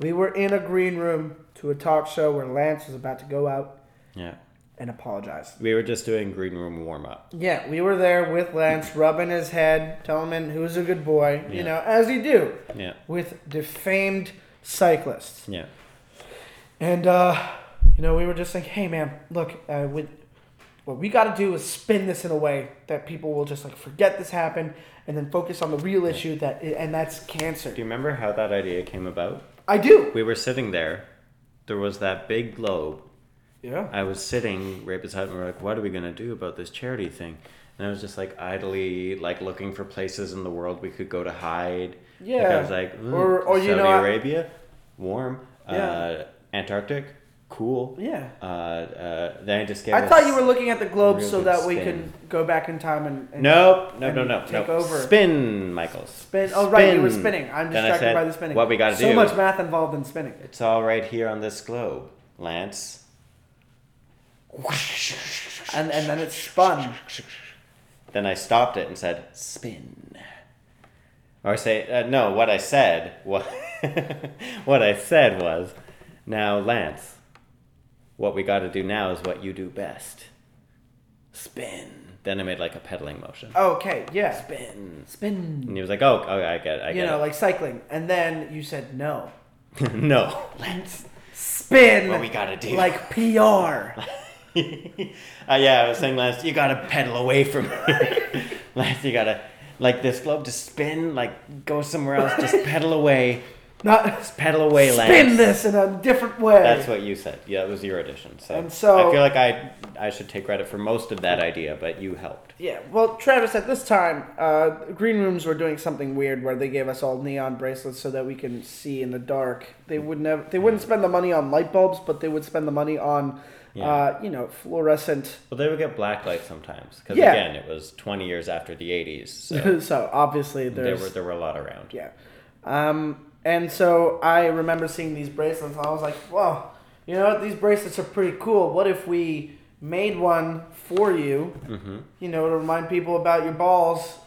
Speaker 1: We were in a green room to a talk show where Lance was about to go out
Speaker 2: Yeah.
Speaker 1: and apologize.
Speaker 2: We were just doing green room warm up.
Speaker 1: Yeah, we were there with Lance, rubbing his head, telling him who's a good boy, you
Speaker 2: Yeah.
Speaker 1: know, as you do
Speaker 2: Yeah.
Speaker 1: with defamed cyclists.
Speaker 2: Yeah.
Speaker 1: And uh, you know, we were just like, hey man, look, uh, with what we got to do is spin this in a way that people will just like forget this happened, and then focus on the real issue that, and that's cancer.
Speaker 2: Do you remember how that idea came about?
Speaker 1: I do.
Speaker 2: We were sitting there. There was that big globe.
Speaker 1: Yeah.
Speaker 2: I was sitting right beside him. We are like, what are we going to do about this charity thing? And I was just like idly, like looking for places in the world we could go to hide. Like,
Speaker 1: Yeah.
Speaker 2: I was like, "Ooh,
Speaker 1: Or- or,
Speaker 2: Saudi
Speaker 1: you know, I-
Speaker 2: Arabia, warm.
Speaker 1: Yeah.
Speaker 2: Uh, Antarctic, cool.
Speaker 1: Yeah.
Speaker 2: Uh, uh, then I just gave
Speaker 1: I
Speaker 2: us-
Speaker 1: thought you were looking at the globe
Speaker 2: Real
Speaker 1: so
Speaker 2: good
Speaker 1: that we
Speaker 2: spin.
Speaker 1: can go back in time and, and
Speaker 2: Nope, no, no,
Speaker 1: and
Speaker 2: no,
Speaker 1: take
Speaker 2: no.
Speaker 1: over.
Speaker 2: Spin, Michael.
Speaker 1: spin. Oh right, you were spinning. I'm
Speaker 2: Then I
Speaker 1: distracted
Speaker 2: said,
Speaker 1: by the spinning.
Speaker 2: What we got to
Speaker 1: so
Speaker 2: do?
Speaker 1: much math involved in spinning.
Speaker 2: It's all right here on this globe, Lance.
Speaker 1: And and then it spun.
Speaker 2: Then I stopped it and said, "Spin." Or I say, uh, no, what I said, what, what I said was, now, Lance, what we got to do now is what you do best spin. Then I made like a pedaling motion.
Speaker 1: Okay, yeah.
Speaker 2: Spin.
Speaker 1: Spin.
Speaker 2: And he was like, oh, okay, I get it. I
Speaker 1: You
Speaker 2: get
Speaker 1: know, like cycling. And then you said no.
Speaker 2: it. no, Lance.
Speaker 1: Spin.
Speaker 2: What we gotta do.
Speaker 1: Like PR.
Speaker 2: uh, yeah, I was saying, Lance, you gotta pedal away from it. Lance, you gotta, like, this globe to spin, like, go somewhere else, just pedal away.
Speaker 1: Not
Speaker 2: Pedal away, Lance.
Speaker 1: spin this in a different way.
Speaker 2: That's what you said. Yeah, it was your edition. So,
Speaker 1: And so-
Speaker 2: I feel like I I should take credit for most of that idea, but you helped.
Speaker 1: Yeah, well, Travis, at this time, uh, green rooms were doing something weird where they gave us all neon bracelets so that we can see in the dark. They would never, they wouldn't spend the money on light bulbs, but they would spend the money on, uh,
Speaker 2: Yeah.
Speaker 1: you know, fluorescent.
Speaker 2: Well, they would get blacklight sometimes because
Speaker 1: Yeah.
Speaker 2: again, it was 20 years after the 80s, so
Speaker 1: So, obviously,
Speaker 2: there
Speaker 1: there's
Speaker 2: were there were a lot around.
Speaker 1: yeah, um, and so I remember seeing these bracelets, and I was like, "Whoa, you know what? These bracelets are pretty cool. What if we made one for you? Mm-hmm. You know, to remind people about your balls."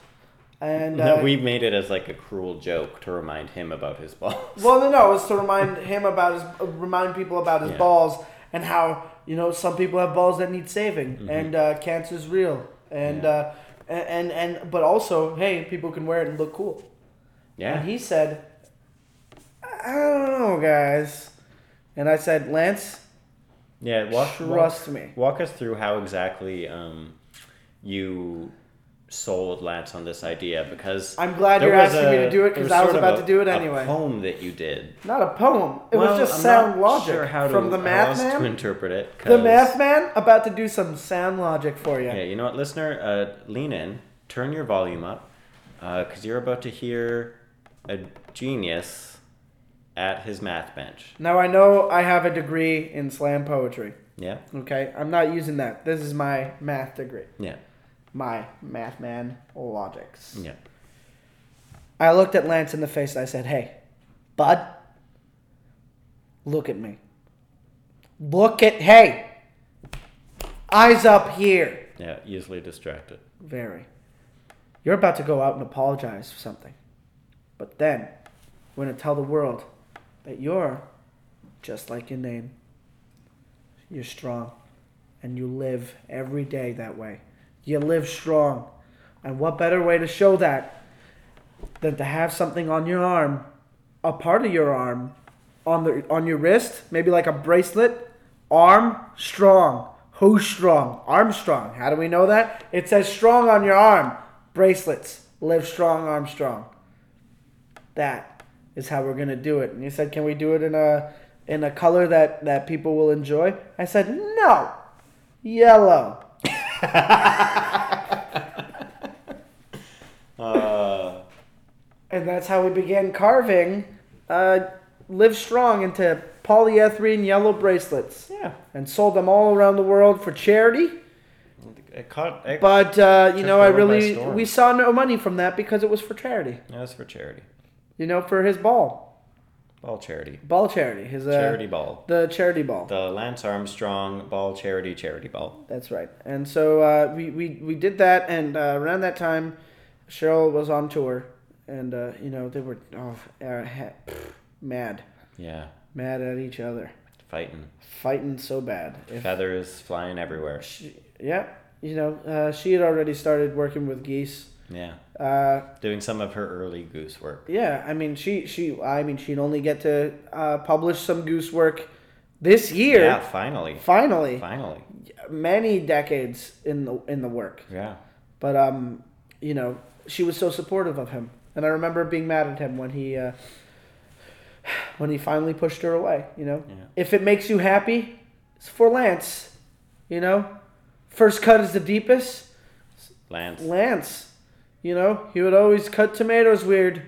Speaker 1: And uh,
Speaker 2: No, we made it as like a cruel joke to remind him about his balls.
Speaker 1: Well, no, no, it was to remind him about his, uh, remind people about his
Speaker 2: Yeah.
Speaker 1: balls and how you know some people have balls that need saving and uh, cancer's real and
Speaker 2: Mm-hmm. Yeah.
Speaker 1: uh, a- and and but also hey, people can wear it and look cool.
Speaker 2: Yeah,
Speaker 1: And he said, I don't know, guys. And I said, Lance,
Speaker 2: yeah. Walk,
Speaker 1: trust
Speaker 2: walk,
Speaker 1: me.
Speaker 2: Walk us through how exactly um, you sold Lance on this idea because
Speaker 1: I'm glad
Speaker 2: there
Speaker 1: you're
Speaker 2: was
Speaker 1: asking me
Speaker 2: a-
Speaker 1: to do it
Speaker 2: there
Speaker 1: 'cause I was
Speaker 2: sort of
Speaker 1: about
Speaker 2: a-
Speaker 1: to do it
Speaker 2: a
Speaker 1: anyway.
Speaker 2: Poem that you did.
Speaker 1: Not a poem. It
Speaker 2: Well,
Speaker 1: was just
Speaker 2: I'm
Speaker 1: sound
Speaker 2: not
Speaker 1: logic
Speaker 2: sure how to-
Speaker 1: from the
Speaker 2: how
Speaker 1: math
Speaker 2: else to
Speaker 1: man.
Speaker 2: interpret it.
Speaker 1: The
Speaker 2: 'cause-
Speaker 1: math man about to do some sound logic for you.
Speaker 2: Yeah, you know what, listener, uh, lean in, turn your volume up, because you're about to hear a genius at his math bench.
Speaker 1: Now I know I have a degree in slam poetry.
Speaker 2: Yeah,
Speaker 1: Okay, I'm not using that. This is my math degree,
Speaker 2: yeah,
Speaker 1: my math man logics.
Speaker 2: yeah.
Speaker 1: I looked at Lance in the face and I said, Hey, bud, look at me. Look at, hey, eyes up here.
Speaker 2: Yeah, easily distracted.
Speaker 1: Very. You're about to go out and apologize for something. But then, we're going to tell the world that you're just like your name. You're strong. And you live every day that way. You live strong. And what better way to show that than to have something on your arm, a part of your arm, on, the, on your wrist, maybe like a bracelet? Arm strong. Who's strong? Arm strong. How do we know that? It says strong on your arm. Bracelets. Live strong, arm strong. That is how we're gonna do it. And you said, can we do it in a in a color that that people will enjoy? I said, no, yellow.
Speaker 2: Uh,
Speaker 1: And that's how we began carving uh, Live Strong into polyethylene yellow bracelets
Speaker 2: yeah,
Speaker 1: and sold them all around the world for charity.
Speaker 2: it caught. It,
Speaker 1: But, uh, you
Speaker 2: Took
Speaker 1: know,
Speaker 2: the
Speaker 1: I
Speaker 2: world by
Speaker 1: really,
Speaker 2: storm.
Speaker 1: we saw no money from that because it was for charity,
Speaker 2: that was for charity,
Speaker 1: you know, for his ball,
Speaker 2: ball charity,
Speaker 1: ball charity, his uh,
Speaker 2: charity ball.
Speaker 1: the charity ball.
Speaker 2: The Lance Armstrong ball charity charity ball.
Speaker 1: That's right. And so uh, we, we, we did that, and uh, around that time, Cheryl was on tour, and, uh, you know, they were oh, uh, ha- mad,
Speaker 2: Yeah,
Speaker 1: mad at each other,
Speaker 2: fighting
Speaker 1: fighting so bad. If-
Speaker 2: feathers flying everywhere.
Speaker 1: she, yeah, you know, uh, she had already started working with geese.
Speaker 2: Yeah,
Speaker 1: Uh,
Speaker 2: doing some of her early goose work.
Speaker 1: yeah, I mean, she, she, I mean, she'd only get to uh, publish some goose work this year.
Speaker 2: Yeah, finally,
Speaker 1: Finally,
Speaker 2: finally.
Speaker 1: many decades in the in the work,
Speaker 2: Yeah.
Speaker 1: but um, you know, she was so supportive of him, and I remember being mad at him when he uh, when he finally pushed her away. You know,
Speaker 2: Yeah.
Speaker 1: if it makes you happy, it's for Lance. You know, first cut is the deepest.
Speaker 2: Lance.
Speaker 1: Lance. You know, he would always cut tomatoes weird.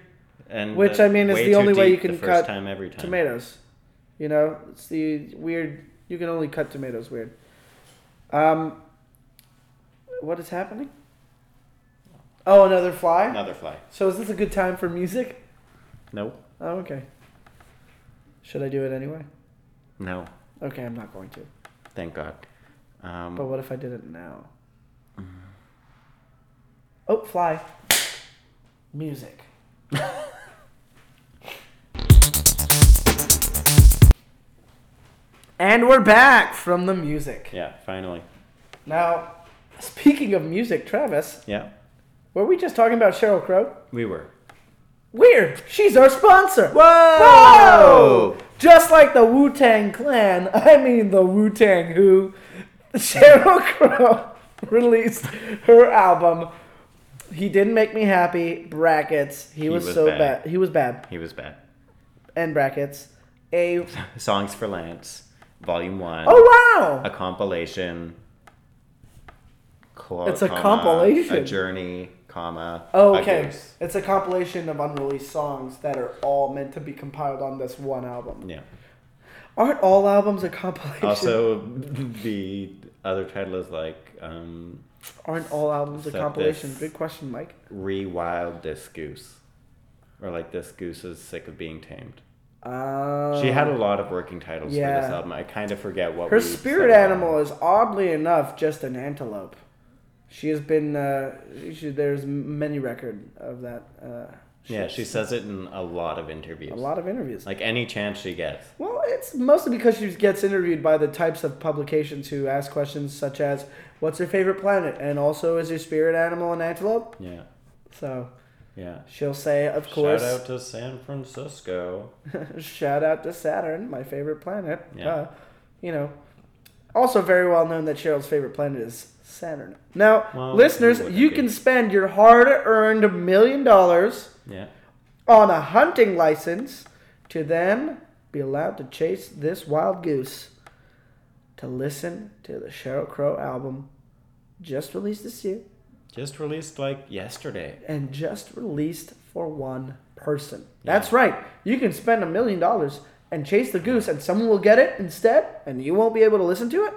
Speaker 2: And
Speaker 1: Which,
Speaker 2: the-
Speaker 1: I mean, is
Speaker 2: way
Speaker 1: the
Speaker 2: too
Speaker 1: only way
Speaker 2: deep
Speaker 1: you can
Speaker 2: the first
Speaker 1: cut
Speaker 2: time every time.
Speaker 1: Tomatoes. You know, it's the weird. You can only cut tomatoes weird. Um, what is happening? Oh, another fly?
Speaker 2: Another fly.
Speaker 1: So, is this a good time for music?
Speaker 2: Nope.
Speaker 1: Oh, okay. Should I do it anyway?
Speaker 2: No.
Speaker 1: Okay, I'm not going to.
Speaker 2: Thank God. Um,
Speaker 1: But what if I did it now? Oh, fly. Music. And we're back from the music.
Speaker 2: Yeah, finally.
Speaker 1: Now, speaking of music, Travis,
Speaker 2: Yeah,
Speaker 1: were we just talking about Cheryl Crow?
Speaker 2: we were.
Speaker 1: Weird. She's our sponsor.
Speaker 2: Whoa!
Speaker 1: Just like the Wu Tang Clan, I mean the Wu Tang Who, Cheryl Crow released her album. He didn't make me happy. Brackets. He, was,
Speaker 2: was
Speaker 1: so
Speaker 2: bad.
Speaker 1: bad. He was bad.
Speaker 2: He was bad.
Speaker 1: End brackets. A.
Speaker 2: Songs for Lance, Volume One.
Speaker 1: Oh wow!
Speaker 2: a compilation. co-
Speaker 1: It's a
Speaker 2: comma,
Speaker 1: compilation.
Speaker 2: A journey, comma.
Speaker 1: Oh,
Speaker 2: a
Speaker 1: okay.
Speaker 2: goose.
Speaker 1: It's a compilation of unreleased songs that are all meant to be compiled on this one album.
Speaker 2: Yeah.
Speaker 1: Aren't all albums a compilation?
Speaker 2: Also, the other title is like um,
Speaker 1: Aren't all albums a
Speaker 2: So
Speaker 1: compilation?
Speaker 2: this-
Speaker 1: Good question, Mike.
Speaker 2: "Rewild This Goose," or like "This Goose is Sick of Being Tamed."
Speaker 1: Um,
Speaker 2: She had a lot of working titles for this
Speaker 1: yeah.
Speaker 2: album. I kind of forget what
Speaker 1: her
Speaker 2: we
Speaker 1: spirit
Speaker 2: settled on.
Speaker 1: animal is oddly enough just an antelope. She has been. Uh, she, there's m- many record of that. Uh,
Speaker 2: Yeah,
Speaker 1: she's
Speaker 2: she says it in a lot of interviews.
Speaker 1: a lot of interviews.
Speaker 2: Like any chance she gets.
Speaker 1: Well, it's mostly because she gets interviewed by the types of publications who ask questions such as, "What's your favorite planet?" and also, "Is your spirit animal an antelope?"
Speaker 2: Yeah,
Speaker 1: So
Speaker 2: yeah.
Speaker 1: she'll say, "Of course."
Speaker 2: Shout out to San Francisco.
Speaker 1: Shout out to Saturn, my favorite planet.
Speaker 2: Yeah.
Speaker 1: Uh, you know, also very well known that Cheryl's favorite planet is Saturn. Now,
Speaker 2: Well,
Speaker 1: listeners,
Speaker 2: who wouldn't
Speaker 1: you
Speaker 2: be?
Speaker 1: can spend your hard-earned million dollars
Speaker 2: Yeah.
Speaker 1: on a hunting license to then be allowed to chase this wild goose to listen to the Cheryl Crow album just released this year
Speaker 2: Just released like yesterday.
Speaker 1: and just released for one person. That's right. You can spend a million dollars and chase the goose, and someone will get it instead, and you won't be able to listen to it.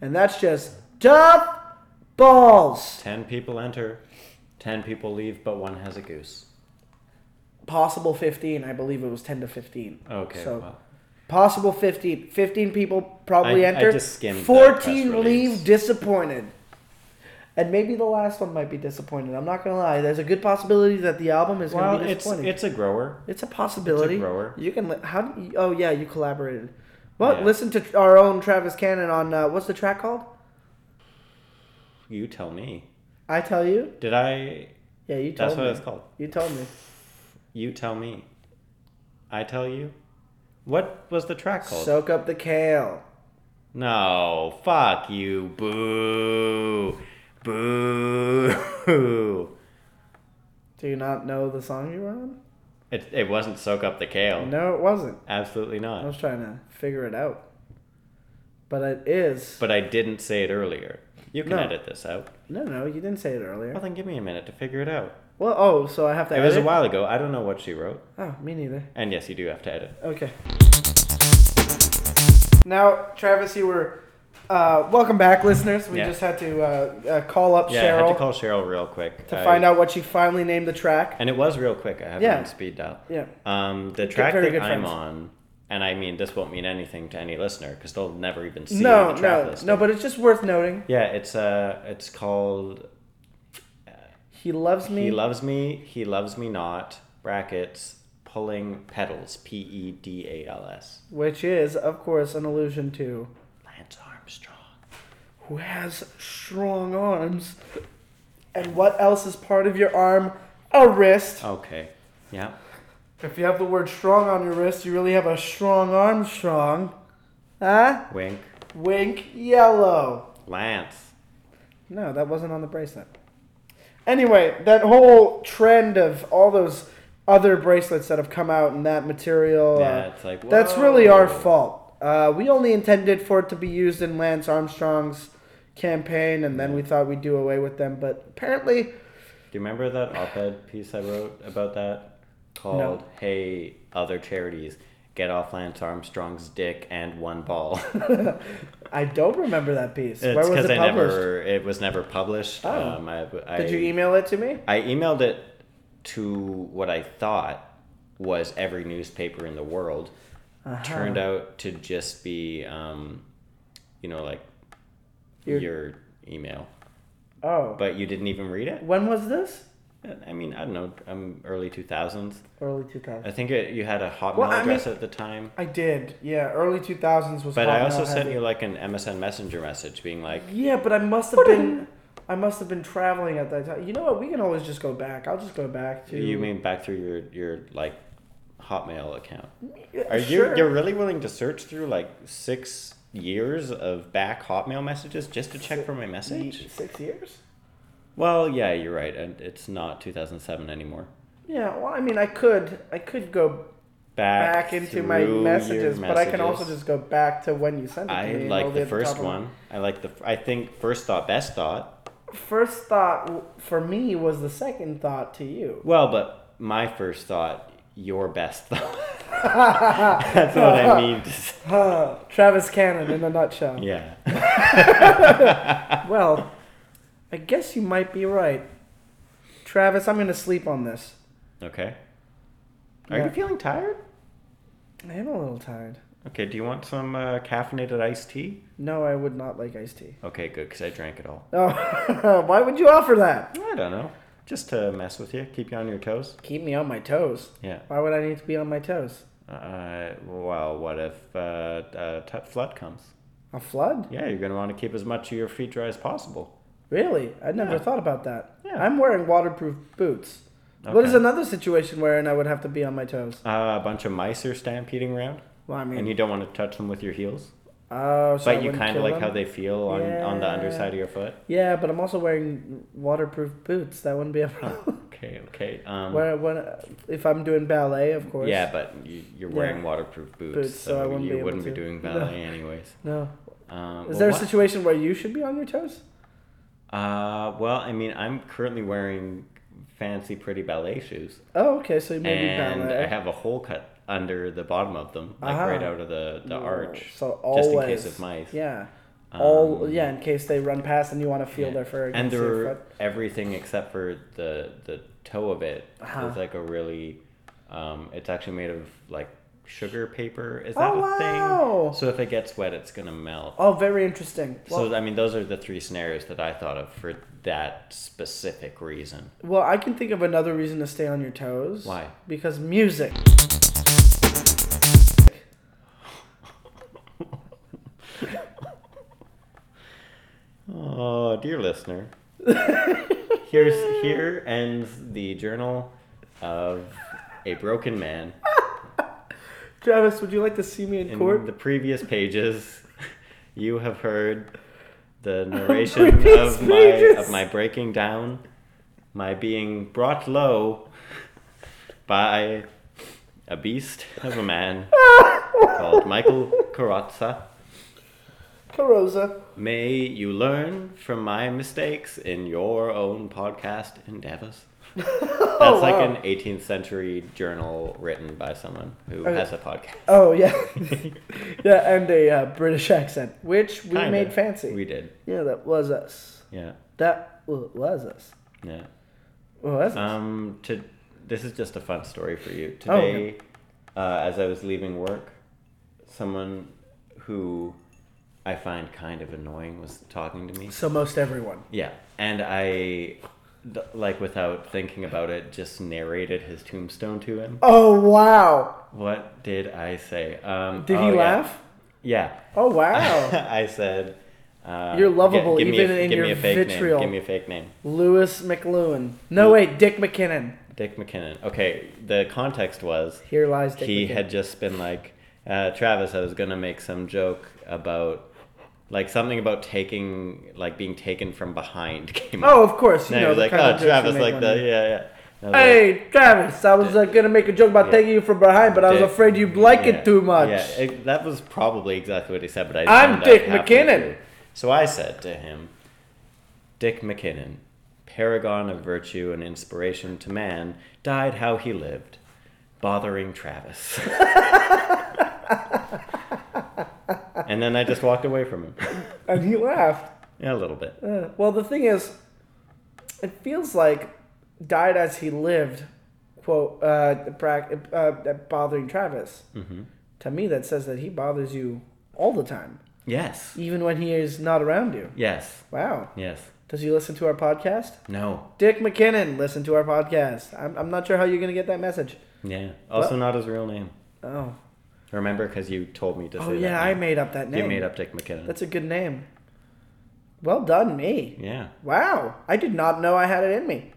Speaker 1: And that's just tough balls.
Speaker 2: 10 people enter, 10 people leave, but one has a goose.
Speaker 1: Possible 15. I believe it was 10 to 15.
Speaker 2: Okay,
Speaker 1: So
Speaker 2: well.
Speaker 1: possible 15. 15 people probably
Speaker 2: I- I
Speaker 1: enter.
Speaker 2: just skimmed that press
Speaker 1: 14
Speaker 2: release.
Speaker 1: leave disappointed. And maybe the last one might be disappointed. I'm not gonna lie. There's a good possibility that the album is
Speaker 2: Well,
Speaker 1: gonna be
Speaker 2: it's,
Speaker 1: disappointing.
Speaker 2: it's a grower.
Speaker 1: It's a possibility.
Speaker 2: grower.
Speaker 1: You can li- how? do you- oh yeah, you collaborated. Well,
Speaker 2: Yeah.
Speaker 1: listen to our own Travis Cannon on uh, what's the track called?
Speaker 2: You tell me.
Speaker 1: I tell you.
Speaker 2: Did I?
Speaker 1: Yeah, you told
Speaker 2: That's
Speaker 1: me.
Speaker 2: what it's called.
Speaker 1: You told me.
Speaker 2: You tell me. I tell you. What was the track called?
Speaker 1: Soak up the kale.
Speaker 2: no, fuck you. Boo. Boo.
Speaker 1: Do you not know the song you were on?
Speaker 2: It, it wasn't Soak Up the Kale.
Speaker 1: No, it wasn't.
Speaker 2: Absolutely not.
Speaker 1: I was trying to figure it out, but it is.
Speaker 2: But I didn't say it earlier. You can
Speaker 1: No.
Speaker 2: edit this out.
Speaker 1: no, no, you didn't say it
Speaker 2: Well,
Speaker 1: earlier.
Speaker 2: then give me a minute to figure it out.
Speaker 1: Well, oh, so I have to.
Speaker 2: It was a
Speaker 1: edit?
Speaker 2: while ago. I don't know what she wrote.
Speaker 1: Oh, me neither.
Speaker 2: And yes, you do have to edit.
Speaker 1: Okay. Now, Travis, you were. Uh, welcome back, listeners. We
Speaker 2: Yeah.
Speaker 1: just had to uh, uh, call up
Speaker 2: Yeah,
Speaker 1: Cheryl.
Speaker 2: I had to call uh, Cheryl real quick
Speaker 1: to
Speaker 2: I-
Speaker 1: find out what she finally named the track.
Speaker 2: And it was real quick. I have
Speaker 1: Yeah.
Speaker 2: it on speed dial.
Speaker 1: Yeah.
Speaker 2: Um, the track
Speaker 1: very
Speaker 2: that
Speaker 1: good
Speaker 2: I'm
Speaker 1: friends.
Speaker 2: on, and I mean, this won't mean anything to any listener because they'll never even see
Speaker 1: no,
Speaker 2: the track
Speaker 1: no,
Speaker 2: list.
Speaker 1: no. But it's just worth noting.
Speaker 2: yeah, it's uh, it's called
Speaker 1: He loves me.
Speaker 2: "He Loves Me, He Loves Me Not" brackets pulling petals P E D A L S.
Speaker 1: which is, of course, an allusion to
Speaker 2: Lance Armstrong.
Speaker 1: who has strong arms. And what else is part of your arm? A wrist.
Speaker 2: Okay. Yeah.
Speaker 1: If you have the word strong on your wrist, you really have a strong arm strong. Huh?
Speaker 2: Wink.
Speaker 1: Wink yellow.
Speaker 2: Lance.
Speaker 1: No, that wasn't on the bracelet. Anyway, that whole trend of all those other bracelets that have come out in that material.
Speaker 2: Yeah,
Speaker 1: uh,
Speaker 2: it's like,
Speaker 1: That's really our
Speaker 2: whoa.
Speaker 1: fault. Uh, we only intended for it to be used in Lance Armstrong's campaign, and then we thought we'd do away with them, but apparently.
Speaker 2: Do you remember that op-ed piece I wrote about that called "Hey Other Charities Get Off Lance Armstrong's Dick and One Ball"?
Speaker 1: I don't remember that piece.
Speaker 2: it's
Speaker 1: Where was
Speaker 2: because
Speaker 1: it
Speaker 2: I
Speaker 1: published?
Speaker 2: never it was never published.
Speaker 1: Oh.
Speaker 2: Um, I, I,
Speaker 1: Did you email it to me?
Speaker 2: I emailed it to what I thought was every newspaper in the world.
Speaker 1: Ah.
Speaker 2: Turned
Speaker 1: Uh-huh.
Speaker 2: out to just be, um, you know, like
Speaker 1: Your-
Speaker 2: your email,
Speaker 1: Oh.
Speaker 2: but you didn't even read it.
Speaker 1: When was this?
Speaker 2: I mean, I don't know, um, early 2000s.
Speaker 1: Early 2000s.
Speaker 2: I think it, you had a Hotmail
Speaker 1: Well, I mean-
Speaker 2: address at the time.
Speaker 1: I did. Yeah, early 2000s was
Speaker 2: But I
Speaker 1: Hotmail
Speaker 2: also
Speaker 1: had
Speaker 2: sent
Speaker 1: it.
Speaker 2: you like an MSN Messenger message being like,
Speaker 1: Yeah, but I must have been I must have been traveling at that time. You know what? We can always just go back. I'll just go back to
Speaker 2: you mean back through your, your like Hotmail account.
Speaker 1: Yeah,
Speaker 2: Are you
Speaker 1: sure.
Speaker 2: you're really willing to search through like six years of back Hotmail messages just to check for my message?
Speaker 1: six years?
Speaker 2: Well, yeah, you're right, and it's not 2007 anymore.
Speaker 1: Yeah, well I mean I could I could go back, into my
Speaker 2: through your
Speaker 1: messages, but I can also
Speaker 2: messages.
Speaker 1: just go back to when you sent it to
Speaker 2: I
Speaker 1: me. and
Speaker 2: like
Speaker 1: it'll be
Speaker 2: the
Speaker 1: at top
Speaker 2: first
Speaker 1: of my-
Speaker 2: one. I like the. f- I think first thought, best thought.
Speaker 1: First thought w- for me was the second thought to you.
Speaker 2: Well, but my first thought, your best thought. That's what I mean. To say.
Speaker 1: Huh, Travis Cannon in a nutshell.
Speaker 2: Yeah.
Speaker 1: Well, I guess you might be right. Travis, I'm going to sleep on this.
Speaker 2: Okay. Are
Speaker 1: Yeah.
Speaker 2: you feeling tired?
Speaker 1: I am a little tired.
Speaker 2: Okay. Do you want some uh, caffeinated iced tea?
Speaker 1: No, I would not like iced tea.
Speaker 2: Okay, good, because I drank it all.
Speaker 1: Oh, why would you offer that?
Speaker 2: I don't know. Just to mess with you, keep you on your toes.
Speaker 1: Keep me on my toes.
Speaker 2: Yeah.
Speaker 1: Why would I need to be on my toes?
Speaker 2: Uh, well, what if uh, uh, t- flood comes?
Speaker 1: A flood?
Speaker 2: Yeah, you're gonna want to keep as much of your feet dry as possible.
Speaker 1: Really? I never
Speaker 2: Yeah.
Speaker 1: thought about that.
Speaker 2: Yeah.
Speaker 1: I'm wearing waterproof boots. What is
Speaker 2: Okay.
Speaker 1: another situation wherein I would have to be on my toes?
Speaker 2: Uh, a bunch of mice are stampeding around,
Speaker 1: Well, I mean,
Speaker 2: and you don't want to touch them with your heels.
Speaker 1: oh, so I
Speaker 2: but you
Speaker 1: wouldn't
Speaker 2: kind
Speaker 1: kill
Speaker 2: of like
Speaker 1: them?
Speaker 2: how they feel on, on the
Speaker 1: Yeah.
Speaker 2: underside of your foot.
Speaker 1: Yeah, but I'm also wearing waterproof boots. That wouldn't be a problem.
Speaker 2: Okay, okay. Um,
Speaker 1: Where, when, uh, if I'm doing ballet, of course.
Speaker 2: yeah, but you, you're
Speaker 1: Yeah.
Speaker 2: wearing waterproof boots,
Speaker 1: Boots, so I
Speaker 2: so,
Speaker 1: wouldn't be
Speaker 2: you
Speaker 1: able
Speaker 2: wouldn't be
Speaker 1: to.
Speaker 2: doing
Speaker 1: No.
Speaker 2: ballet anyways.
Speaker 1: No.
Speaker 2: Um,
Speaker 1: Is
Speaker 2: well,
Speaker 1: there a
Speaker 2: what-
Speaker 1: situation where you should be on your toes?
Speaker 2: Uh, well, I mean, I'm currently wearing fancy, pretty ballet shoes,
Speaker 1: Oh, okay. So maybe
Speaker 2: and
Speaker 1: ballet.
Speaker 2: I have a hole cut under the bottom of them, like
Speaker 1: Ah.
Speaker 2: right out of the, the arch,
Speaker 1: So always.
Speaker 2: just in case of mice.
Speaker 1: Yeah. All
Speaker 2: Um,
Speaker 1: yeah, in case they run past and you want to feel
Speaker 2: Yeah.
Speaker 1: their fur
Speaker 2: and
Speaker 1: against your
Speaker 2: they're
Speaker 1: foot.
Speaker 2: everything except for the the toe of it is
Speaker 1: Uh-huh.
Speaker 2: like a really um it's actually made of like sugar paper is that
Speaker 1: Oh
Speaker 2: a
Speaker 1: wow!
Speaker 2: thing so if it gets wet it's gonna melt
Speaker 1: Oh, very interesting. Well,
Speaker 2: so i mean those are the three scenarios that i thought of for that specific reason
Speaker 1: well, I can think of another reason to stay on your toes.
Speaker 2: Why?
Speaker 1: Because music.
Speaker 2: oh dear listener here's here ends the journal of a broken man
Speaker 1: Travis, would you like to see me in,
Speaker 2: In
Speaker 1: court?
Speaker 2: the previous pages, you have heard the narration
Speaker 1: Previous
Speaker 2: of my
Speaker 1: pages.
Speaker 2: of my breaking down, my being brought low by a beast of a man called Michael Carrozza.
Speaker 1: Carosa.
Speaker 2: May you learn from my mistakes in your own podcast endeavors. That's like
Speaker 1: Oh, wow.
Speaker 2: an 18th century journal written by someone who
Speaker 1: Okay.
Speaker 2: has a podcast.
Speaker 1: Oh yeah, yeah, and a uh, British accent, which we
Speaker 2: Kinda.
Speaker 1: made fancy.
Speaker 2: We did.
Speaker 1: Yeah, that was us.
Speaker 2: Yeah.
Speaker 1: That wa- was us.
Speaker 2: Yeah.
Speaker 1: Was us.
Speaker 2: Um, to this is just a fun story for you.
Speaker 1: Oh, okay.
Speaker 2: Today, uh, as I was leaving work, someone who I find kind of annoying was talking to me.
Speaker 1: so most everyone.
Speaker 2: Yeah, and I, th- like, without thinking about it, just narrated his tombstone to him.
Speaker 1: Oh wow!
Speaker 2: What did I say? Um,
Speaker 1: Did
Speaker 2: oh,
Speaker 1: he
Speaker 2: yeah.
Speaker 1: laugh?
Speaker 2: Yeah.
Speaker 1: Oh wow!
Speaker 2: I said. Uh,
Speaker 1: You're
Speaker 2: gi-
Speaker 1: lovable
Speaker 2: give me
Speaker 1: even
Speaker 2: a,
Speaker 1: in
Speaker 2: give
Speaker 1: your
Speaker 2: me a fake
Speaker 1: vitriol.
Speaker 2: Name. Give me a fake name.
Speaker 1: Lewis McLuhan. No wait, Dick McKinnon.
Speaker 2: Dick McKinnon. Okay, the context was
Speaker 1: Here lies Dick
Speaker 2: he
Speaker 1: McKinnon.
Speaker 2: had just been like, uh, Travis, I was gonna make some joke about, like something about taking, like being taken from behind. Came up.
Speaker 1: oh, of course. You
Speaker 2: and
Speaker 1: know,
Speaker 2: I was
Speaker 1: the
Speaker 2: like,
Speaker 1: kind of
Speaker 2: oh,
Speaker 1: jokes you
Speaker 2: Travis,
Speaker 1: make
Speaker 2: like
Speaker 1: when
Speaker 2: that,
Speaker 1: you-
Speaker 2: yeah, yeah. And I was like,
Speaker 1: Hey, Travis, I was uh, gonna make a joke about
Speaker 2: Yeah.
Speaker 1: taking you from behind, but I was
Speaker 2: Dick-
Speaker 1: afraid you'd like
Speaker 2: yeah,
Speaker 1: it too much.
Speaker 2: Yeah, it- that was probably exactly what he said, but I.
Speaker 1: I'm
Speaker 2: found out
Speaker 1: Dick
Speaker 2: halfway
Speaker 1: McKinnon.
Speaker 2: through. So I said to him, Dick McKinnon, paragon of virtue and inspiration to man, died how he lived, bothering Travis. and then I just walked away from him.
Speaker 1: And he laughed.
Speaker 2: Yeah, a little bit.
Speaker 1: Uh, well, the thing is, it feels like died as he lived, quote, uh, pra- uh, uh, bothering Travis.
Speaker 2: hmm
Speaker 1: To me, that says that he bothers you all the time,
Speaker 2: Yes.
Speaker 1: even when he is not around you.
Speaker 2: Yes.
Speaker 1: Wow.
Speaker 2: Yes.
Speaker 1: Does he listen to our podcast?
Speaker 2: No.
Speaker 1: Dick McKinnon, listen to our podcast. I'm, I'm not sure how you're going to get that message.
Speaker 2: Yeah. Also, not his real name.
Speaker 1: Oh.
Speaker 2: Remember, because you told me to say
Speaker 1: Oh,
Speaker 2: that.
Speaker 1: yeah, I
Speaker 2: name.
Speaker 1: made up that name.
Speaker 2: You made up Dick McKinnon.
Speaker 1: That's a good name. Well done, me.
Speaker 2: yeah.
Speaker 1: Wow, I did not know I had it in me.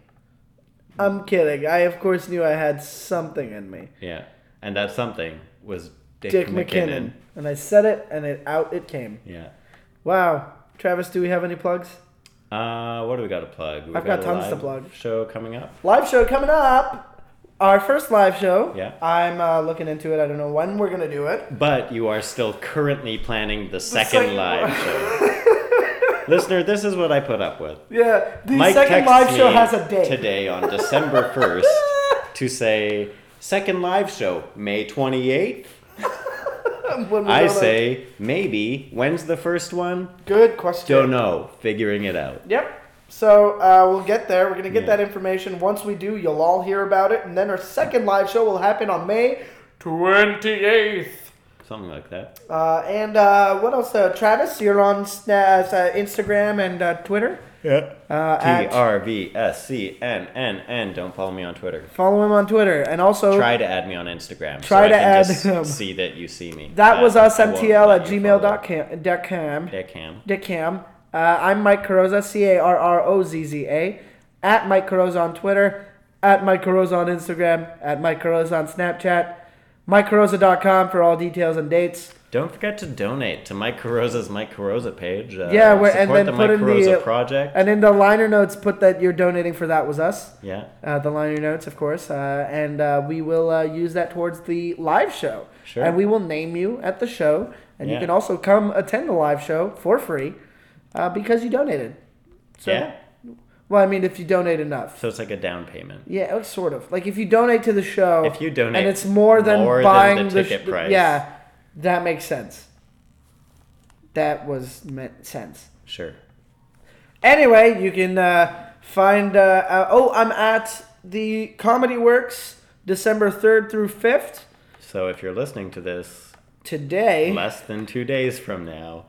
Speaker 1: I'm kidding. I, of course, knew I had something in me.
Speaker 2: Yeah. And that something was Dick,
Speaker 1: Dick
Speaker 2: McKinnon.
Speaker 1: McKinnon. And I said it, and it out it came.
Speaker 2: Yeah.
Speaker 1: Wow. Travis, do we have any plugs?
Speaker 2: Uh, what do we got to plug? We've
Speaker 1: I've got
Speaker 2: a
Speaker 1: tons to
Speaker 2: live
Speaker 1: plug.
Speaker 2: Show coming up.
Speaker 1: Live show coming up. Our first live show.
Speaker 2: Yeah.
Speaker 1: I'm uh, looking into it. I don't know when we're going to do it.
Speaker 2: But you are still currently planning the second
Speaker 1: second
Speaker 2: live show. Listener, this is what I put up with.
Speaker 1: Yeah. The
Speaker 2: Mike
Speaker 1: second
Speaker 2: texts
Speaker 1: live show
Speaker 2: me
Speaker 1: has a date.
Speaker 2: Today on December 1st to say, second live show, May 28th.
Speaker 1: When we
Speaker 2: I
Speaker 1: don't know.
Speaker 2: say, maybe. When's the first one?
Speaker 1: Good question.
Speaker 2: Don't know. Figuring it out.
Speaker 1: Yep. So uh, we'll get there. We're going to get
Speaker 2: Yeah.
Speaker 1: that information. Once we do, you'll all hear about it. And then our second live show will happen on May 28th.
Speaker 2: Something like that.
Speaker 1: Uh, and uh, what else? Uh, Travis, you're on Sna- uh, Instagram and uh, Twitter.
Speaker 2: Yeah.
Speaker 1: Uh,
Speaker 2: T
Speaker 1: at,
Speaker 2: R V S C N N N. Don't follow me on Twitter.
Speaker 1: follow him on Twitter. And also,
Speaker 2: Try to add me on Instagram.
Speaker 1: Try
Speaker 2: so
Speaker 1: to
Speaker 2: I can
Speaker 1: add
Speaker 2: just
Speaker 1: him.
Speaker 2: See that you see me.
Speaker 1: that was us,
Speaker 2: I won't
Speaker 1: MTL
Speaker 2: let
Speaker 1: at
Speaker 2: you follow.
Speaker 1: gmail.com. dot com.
Speaker 2: Dick Ham.
Speaker 1: Dick Cam. Uh, I'm Mike Carroza, C A R R O Z Z A, at Mike Carroza on Twitter, at Mike Carroza on Instagram, at Mike Carroza on Snapchat, MikeCarroza.com for all details and dates.
Speaker 2: Don't forget to donate to Mike Carosa's Mike Carosa page. Uh,
Speaker 1: Yeah, where- and
Speaker 2: support
Speaker 1: then
Speaker 2: the
Speaker 1: put
Speaker 2: Mike
Speaker 1: in the,
Speaker 2: Carosa
Speaker 1: uh,
Speaker 2: project.
Speaker 1: And in the liner notes, put that you're donating for That Was Us.
Speaker 2: yeah,
Speaker 1: Uh, the liner notes, of course, uh, and uh, we will uh, use that towards the live show.
Speaker 2: Sure.
Speaker 1: And we will name you at the show, and you
Speaker 2: Yeah.
Speaker 1: can also come attend the live show for free uh, because you donated. So,
Speaker 2: yeah.
Speaker 1: Well, I mean, if you donate enough.
Speaker 2: So it's like a down payment.
Speaker 1: Yeah, it's sort of. Like if you donate to the show,
Speaker 2: If you donate
Speaker 1: and it's more than
Speaker 2: more than
Speaker 1: buying
Speaker 2: the
Speaker 1: the
Speaker 2: ticket
Speaker 1: sh-
Speaker 2: price.
Speaker 1: yeah, that makes sense. That was meant sense.
Speaker 2: Sure.
Speaker 1: Anyway, you can uh, find. Uh, uh, oh, I'm at the Comedy Works December third through fifth
Speaker 2: So if you're listening to this
Speaker 1: today.
Speaker 2: less than two days from now,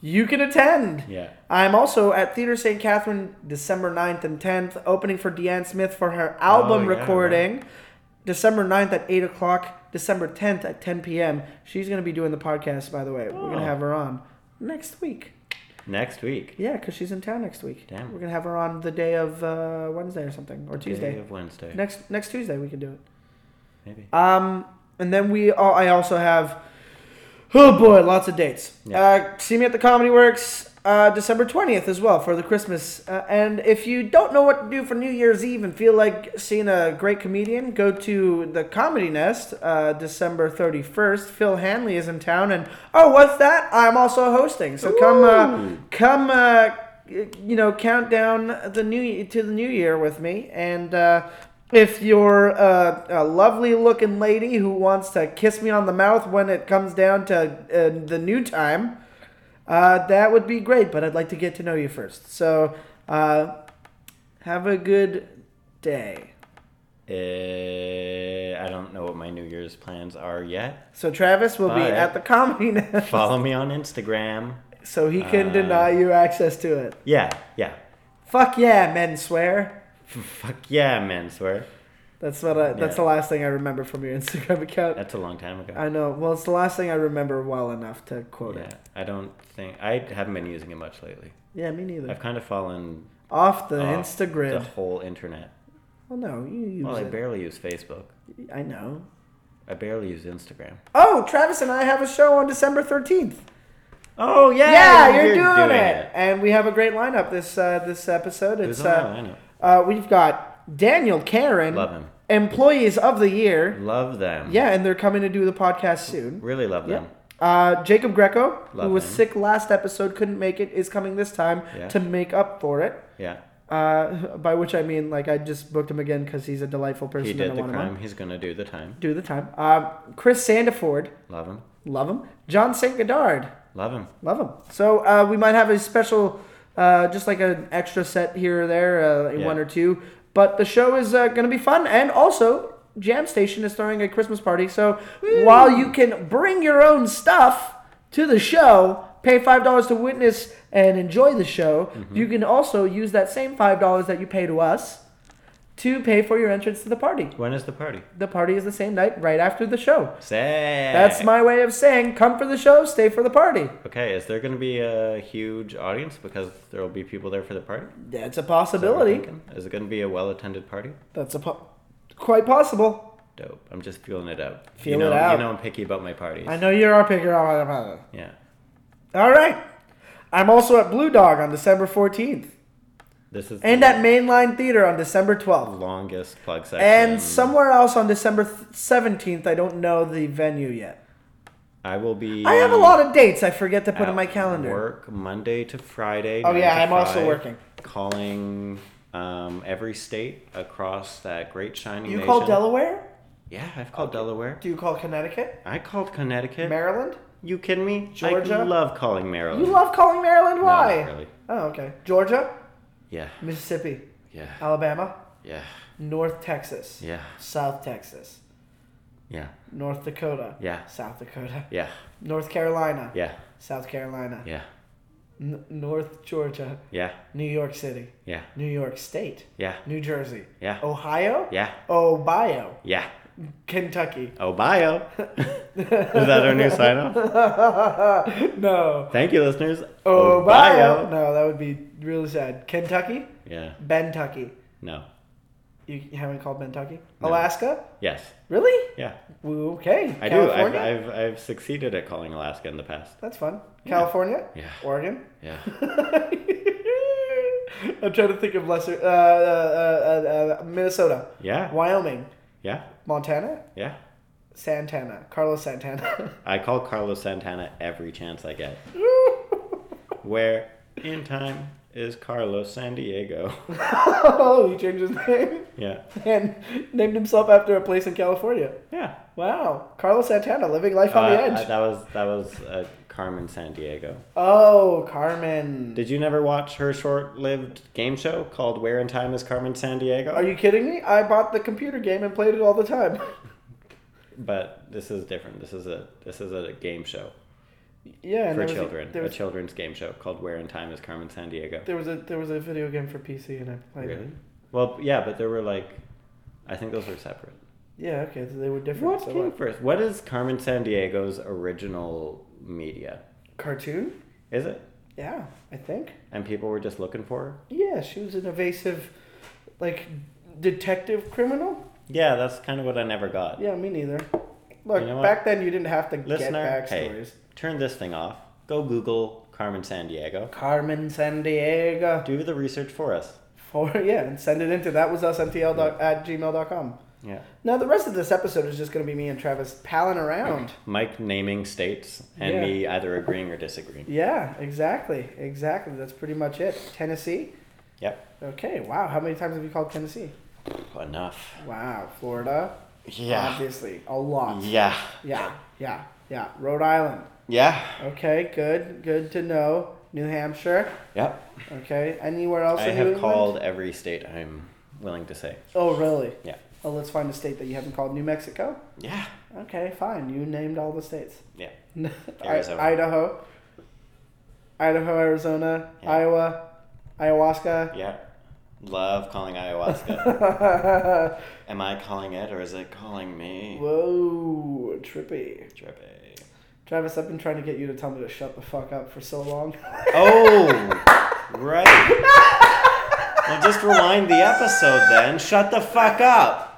Speaker 1: You can attend.
Speaker 2: yeah,
Speaker 1: I'm also at Theater St. Catherine December 9th and 10th, opening for Deanne Smith for her album
Speaker 2: Oh, yeah,
Speaker 1: recording. December 9th at 8 o'clock, December 10th at 10 p.m. She's going to be doing the podcast, by the way. We're going
Speaker 2: Oh.
Speaker 1: to have her on next week.
Speaker 2: next week.
Speaker 1: Yeah, because she's in town next week.
Speaker 2: Damn.
Speaker 1: We're going to have her on the day of uh, Wednesday or something, or Tuesday.
Speaker 2: Day of Wednesday.
Speaker 1: Next next Tuesday, we can do it.
Speaker 2: Maybe.
Speaker 1: Um, and then we all, I also have, oh boy, lots of dates.
Speaker 2: Yeah.
Speaker 1: Uh, see me at the Comedy Works uh, December 20th as well for the Christmas. Uh, and if you don't know what to do for New Year's Eve and feel like seeing a great comedian, go to the Comedy Nest uh, December 31st. Phil Hanley is in town. And oh, what's that? I'm also hosting. So come, uh,
Speaker 2: Ooh.
Speaker 1: come, uh, you know, count down the new to the new year with me. And uh, if you're uh, a lovely looking lady who wants to kiss me on the mouth when it comes down to uh, the new time, uh, that would be great. But I'd like to get to know you first. So uh, have a good day.
Speaker 2: Uh, I don't know what my New Year's plans are yet.
Speaker 1: So Travis will be
Speaker 2: Bye.
Speaker 1: at the comedy Nest,
Speaker 2: Follow me on Instagram.
Speaker 1: so he can
Speaker 2: Uh.
Speaker 1: deny you access to it.
Speaker 2: Yeah, yeah.
Speaker 1: Fuck yeah, men swear.
Speaker 2: Fuck yeah, menswear.
Speaker 1: That's what I, that's the
Speaker 2: Yeah.
Speaker 1: last thing I remember from your Instagram account.
Speaker 2: That's a long time ago.
Speaker 1: I know. Well, it's the last thing I remember well enough to quote
Speaker 2: Yeah,
Speaker 1: it.
Speaker 2: I don't think I haven't been using it much lately.
Speaker 1: Yeah, me neither.
Speaker 2: I've kind of fallen
Speaker 1: Off the
Speaker 2: off
Speaker 1: Instagram.
Speaker 2: the whole internet.
Speaker 1: Well, no, you use
Speaker 2: Well, I
Speaker 1: it.
Speaker 2: barely use Facebook.
Speaker 1: I know.
Speaker 2: I barely use Instagram.
Speaker 1: Oh, Travis and I have a show on December thirteenth.
Speaker 2: Oh yeah,
Speaker 1: Yeah, you're, doing, it. and we have a great lineup this uh, this episode.
Speaker 2: Who's
Speaker 1: It's
Speaker 2: on my
Speaker 1: uh,
Speaker 2: lineup?
Speaker 1: uh, we've got Daniel Karen,
Speaker 2: Love him.
Speaker 1: employees of the year.
Speaker 2: Love them.
Speaker 1: Yeah, and they're coming to do the podcast soon.
Speaker 2: Really love
Speaker 1: Yeah.
Speaker 2: them.
Speaker 1: Uh, Jacob Greco, who
Speaker 2: Love
Speaker 1: was
Speaker 2: him.
Speaker 1: sick last episode, couldn't make it, is coming this time
Speaker 2: Yeah.
Speaker 1: to make up for it.
Speaker 2: Yeah.
Speaker 1: Uh, by which I mean, like, I just booked him again because he's a delightful person.
Speaker 2: He
Speaker 1: and I
Speaker 2: did the
Speaker 1: want him on.
Speaker 2: crime. He's gonna do the time.
Speaker 1: Do the time. Um, Chris Sandiford,
Speaker 2: Love him.
Speaker 1: love him. John St. Goddard,
Speaker 2: Love him.
Speaker 1: love him. So uh, we might have a special, uh, just like an extra set here or there, uh,
Speaker 2: Yeah.
Speaker 1: one or two. But the show is uh, going to be fun. And also, Jam Station is throwing a Christmas party. So while you can bring your own stuff to the show, Pay five dollars to witness and enjoy the show. You can also use that same five dollars that you pay to us to pay for your entrance to the party.
Speaker 2: When is the party?
Speaker 1: The party is the same night, right after the show.
Speaker 2: Say.
Speaker 1: That's my way of saying come for the show, stay for the party.
Speaker 2: Okay, is there going to be a huge audience because there will be people there for the party?
Speaker 1: That's a
Speaker 2: Is that what we're
Speaker 1: possibility.
Speaker 2: thinking? Is it going to be a well-attended party?
Speaker 1: That's a po- quite possible.
Speaker 2: Dope. I'm just feeling it out.
Speaker 1: Feel
Speaker 2: you
Speaker 1: it
Speaker 2: know,
Speaker 1: out.
Speaker 2: You know, I'm picky about my parties.
Speaker 1: I know you're our picker. All
Speaker 2: Yeah.
Speaker 1: right. I'm also at Blue Dog on December 14th
Speaker 2: This is
Speaker 1: and
Speaker 2: the
Speaker 1: at Mainline Theater on December 12th.
Speaker 2: longest plug section.
Speaker 1: And somewhere else on December th- 17th. I don't know the venue yet.
Speaker 2: I will be.
Speaker 1: I have a lot of dates I forget to put
Speaker 2: at
Speaker 1: in my calendar.
Speaker 2: Work Monday to Friday.
Speaker 1: Oh,
Speaker 2: 9
Speaker 1: yeah,
Speaker 2: to
Speaker 1: I'm also
Speaker 2: 5,
Speaker 1: working.
Speaker 2: Calling um, every state across that great shining.
Speaker 1: Do you
Speaker 2: nation.
Speaker 1: call Delaware?
Speaker 2: Yeah, I've called Delaware.
Speaker 1: Do you call Connecticut?
Speaker 2: I called Connecticut.
Speaker 1: Maryland?
Speaker 2: you kidding me?
Speaker 1: Georgia?
Speaker 2: I love calling Maryland.
Speaker 1: You love calling Maryland?
Speaker 2: No,
Speaker 1: Why?
Speaker 2: Oh. not really.
Speaker 1: Oh, okay. Georgia,
Speaker 2: Yeah.
Speaker 1: Mississippi,
Speaker 2: Yeah.
Speaker 1: Alabama,
Speaker 2: Yeah.
Speaker 1: North Texas,
Speaker 2: Yeah.
Speaker 1: South Texas,
Speaker 2: Yeah.
Speaker 1: North Dakota,
Speaker 2: Yeah.
Speaker 1: South Dakota,
Speaker 2: Yeah.
Speaker 1: North Carolina,
Speaker 2: Yeah.
Speaker 1: South Carolina,
Speaker 2: Yeah.
Speaker 1: N- North Georgia,
Speaker 2: Yeah.
Speaker 1: New York City,
Speaker 2: Yeah.
Speaker 1: New York State,
Speaker 2: Yeah.
Speaker 1: New Jersey,
Speaker 2: Yeah.
Speaker 1: Ohio,
Speaker 2: Yeah.
Speaker 1: Ohio,
Speaker 2: Yeah.
Speaker 1: Kentucky.
Speaker 2: Oh, bio. Is that our new sign off?
Speaker 1: no.
Speaker 2: Thank you, listeners. Oh,
Speaker 1: Ohio.
Speaker 2: Ohio.
Speaker 1: No, that would be really sad. Kentucky,
Speaker 2: Yeah.
Speaker 1: Bentucky.
Speaker 2: No.
Speaker 1: You haven't called Bentucky?
Speaker 2: No.
Speaker 1: Alaska?
Speaker 2: Yes.
Speaker 1: Really?
Speaker 2: Yeah.
Speaker 1: Okay.
Speaker 2: I do. I've,
Speaker 1: California?
Speaker 2: I've, I've succeeded at calling Alaska in the past.
Speaker 1: That's fun. California?
Speaker 2: Yeah.
Speaker 1: Oregon?
Speaker 2: Yeah.
Speaker 1: I'm trying to think of lesser. Uh, uh, uh, uh, Minnesota,
Speaker 2: Yeah.
Speaker 1: Wyoming,
Speaker 2: Yeah.
Speaker 1: Montana,
Speaker 2: Yeah.
Speaker 1: Santana, Carlos Santana.
Speaker 2: I call Carlos Santana every chance I get. Where in time is Carlos San Diego?
Speaker 1: oh, he changed his name
Speaker 2: Yeah.
Speaker 1: and named himself after a place in California.
Speaker 2: Yeah.
Speaker 1: Wow, Carlos Santana, living life on
Speaker 2: Uh,
Speaker 1: the edge.
Speaker 2: uh, that was that was uh, Carmen San Diego.
Speaker 1: oh, Carmen.
Speaker 2: Did you never watch her short-lived game show called "Where in Time Is Carmen San Diego"?
Speaker 1: Are you kidding me? I bought the computer game and played it all the time.
Speaker 2: But this is different. This is a this is a game show
Speaker 1: yeah, and
Speaker 2: for
Speaker 1: there was a-
Speaker 2: children.
Speaker 1: there
Speaker 2: a
Speaker 1: was-
Speaker 2: children's game show called "Where in Time Is Carmen San Diego."
Speaker 1: there was a there was a video game for PC and I played it.
Speaker 2: Really? Well, yeah, but there were like, I think those were separate.
Speaker 1: Yeah, okay, so they were different.
Speaker 2: What
Speaker 1: so
Speaker 2: came first? What is Carmen San Diego's original media?
Speaker 1: Cartoon?
Speaker 2: Is it?
Speaker 1: Yeah, I think.
Speaker 2: And people were just looking for her?
Speaker 1: Yeah, she was an evasive, like, detective criminal.
Speaker 2: Yeah, that's kind of what I never got.
Speaker 1: Yeah, me neither. Look,
Speaker 2: You know what?
Speaker 1: back then you didn't have to
Speaker 2: Listener,
Speaker 1: get
Speaker 2: hey,
Speaker 1: backstories.
Speaker 2: turn this thing off. Go Google Carmen San Diego.
Speaker 1: Carmen San Diego.
Speaker 2: Do the research for us.
Speaker 1: For, yeah, and send it into that was us MTL doc, at gmail.com.
Speaker 2: Yeah.
Speaker 1: Now, the rest of this episode is just going to be me and Travis palling around.
Speaker 2: Mike naming states and
Speaker 1: Yeah.
Speaker 2: me either agreeing or disagreeing.
Speaker 1: Yeah, exactly. Exactly. That's pretty much it. Tennessee?
Speaker 2: Yep.
Speaker 1: Okay, wow. How many times have you called Tennessee?
Speaker 2: Enough.
Speaker 1: Wow. Florida?
Speaker 2: Yeah.
Speaker 1: Obviously. A lot.
Speaker 2: Yeah.
Speaker 1: Yeah, yeah, yeah. Rhode Island.
Speaker 2: Yeah.
Speaker 1: Okay, good, good to know. New Hampshire.
Speaker 2: Yep.
Speaker 1: Okay, anywhere else?
Speaker 2: I
Speaker 1: in New
Speaker 2: have
Speaker 1: England?
Speaker 2: called every state I'm willing to say.
Speaker 1: Oh, really?
Speaker 2: Yeah.
Speaker 1: Oh, let's find a state that you haven't called. New Mexico.
Speaker 2: Yeah.
Speaker 1: Okay, fine. You named all the states.
Speaker 2: Yeah.
Speaker 1: I-
Speaker 2: Arizona.
Speaker 1: Idaho. Idaho, Arizona,
Speaker 2: Yeah.
Speaker 1: Iowa, ayahuasca.
Speaker 2: Yeah. Love calling ayahuasca. Am I calling it or is it calling me?
Speaker 1: Whoa, trippy.
Speaker 2: Trippy.
Speaker 1: Travis, I've been trying to get you to tell me to shut the fuck up for so long.
Speaker 2: Oh, right. well, just rewind the episode then. Shut the fuck up.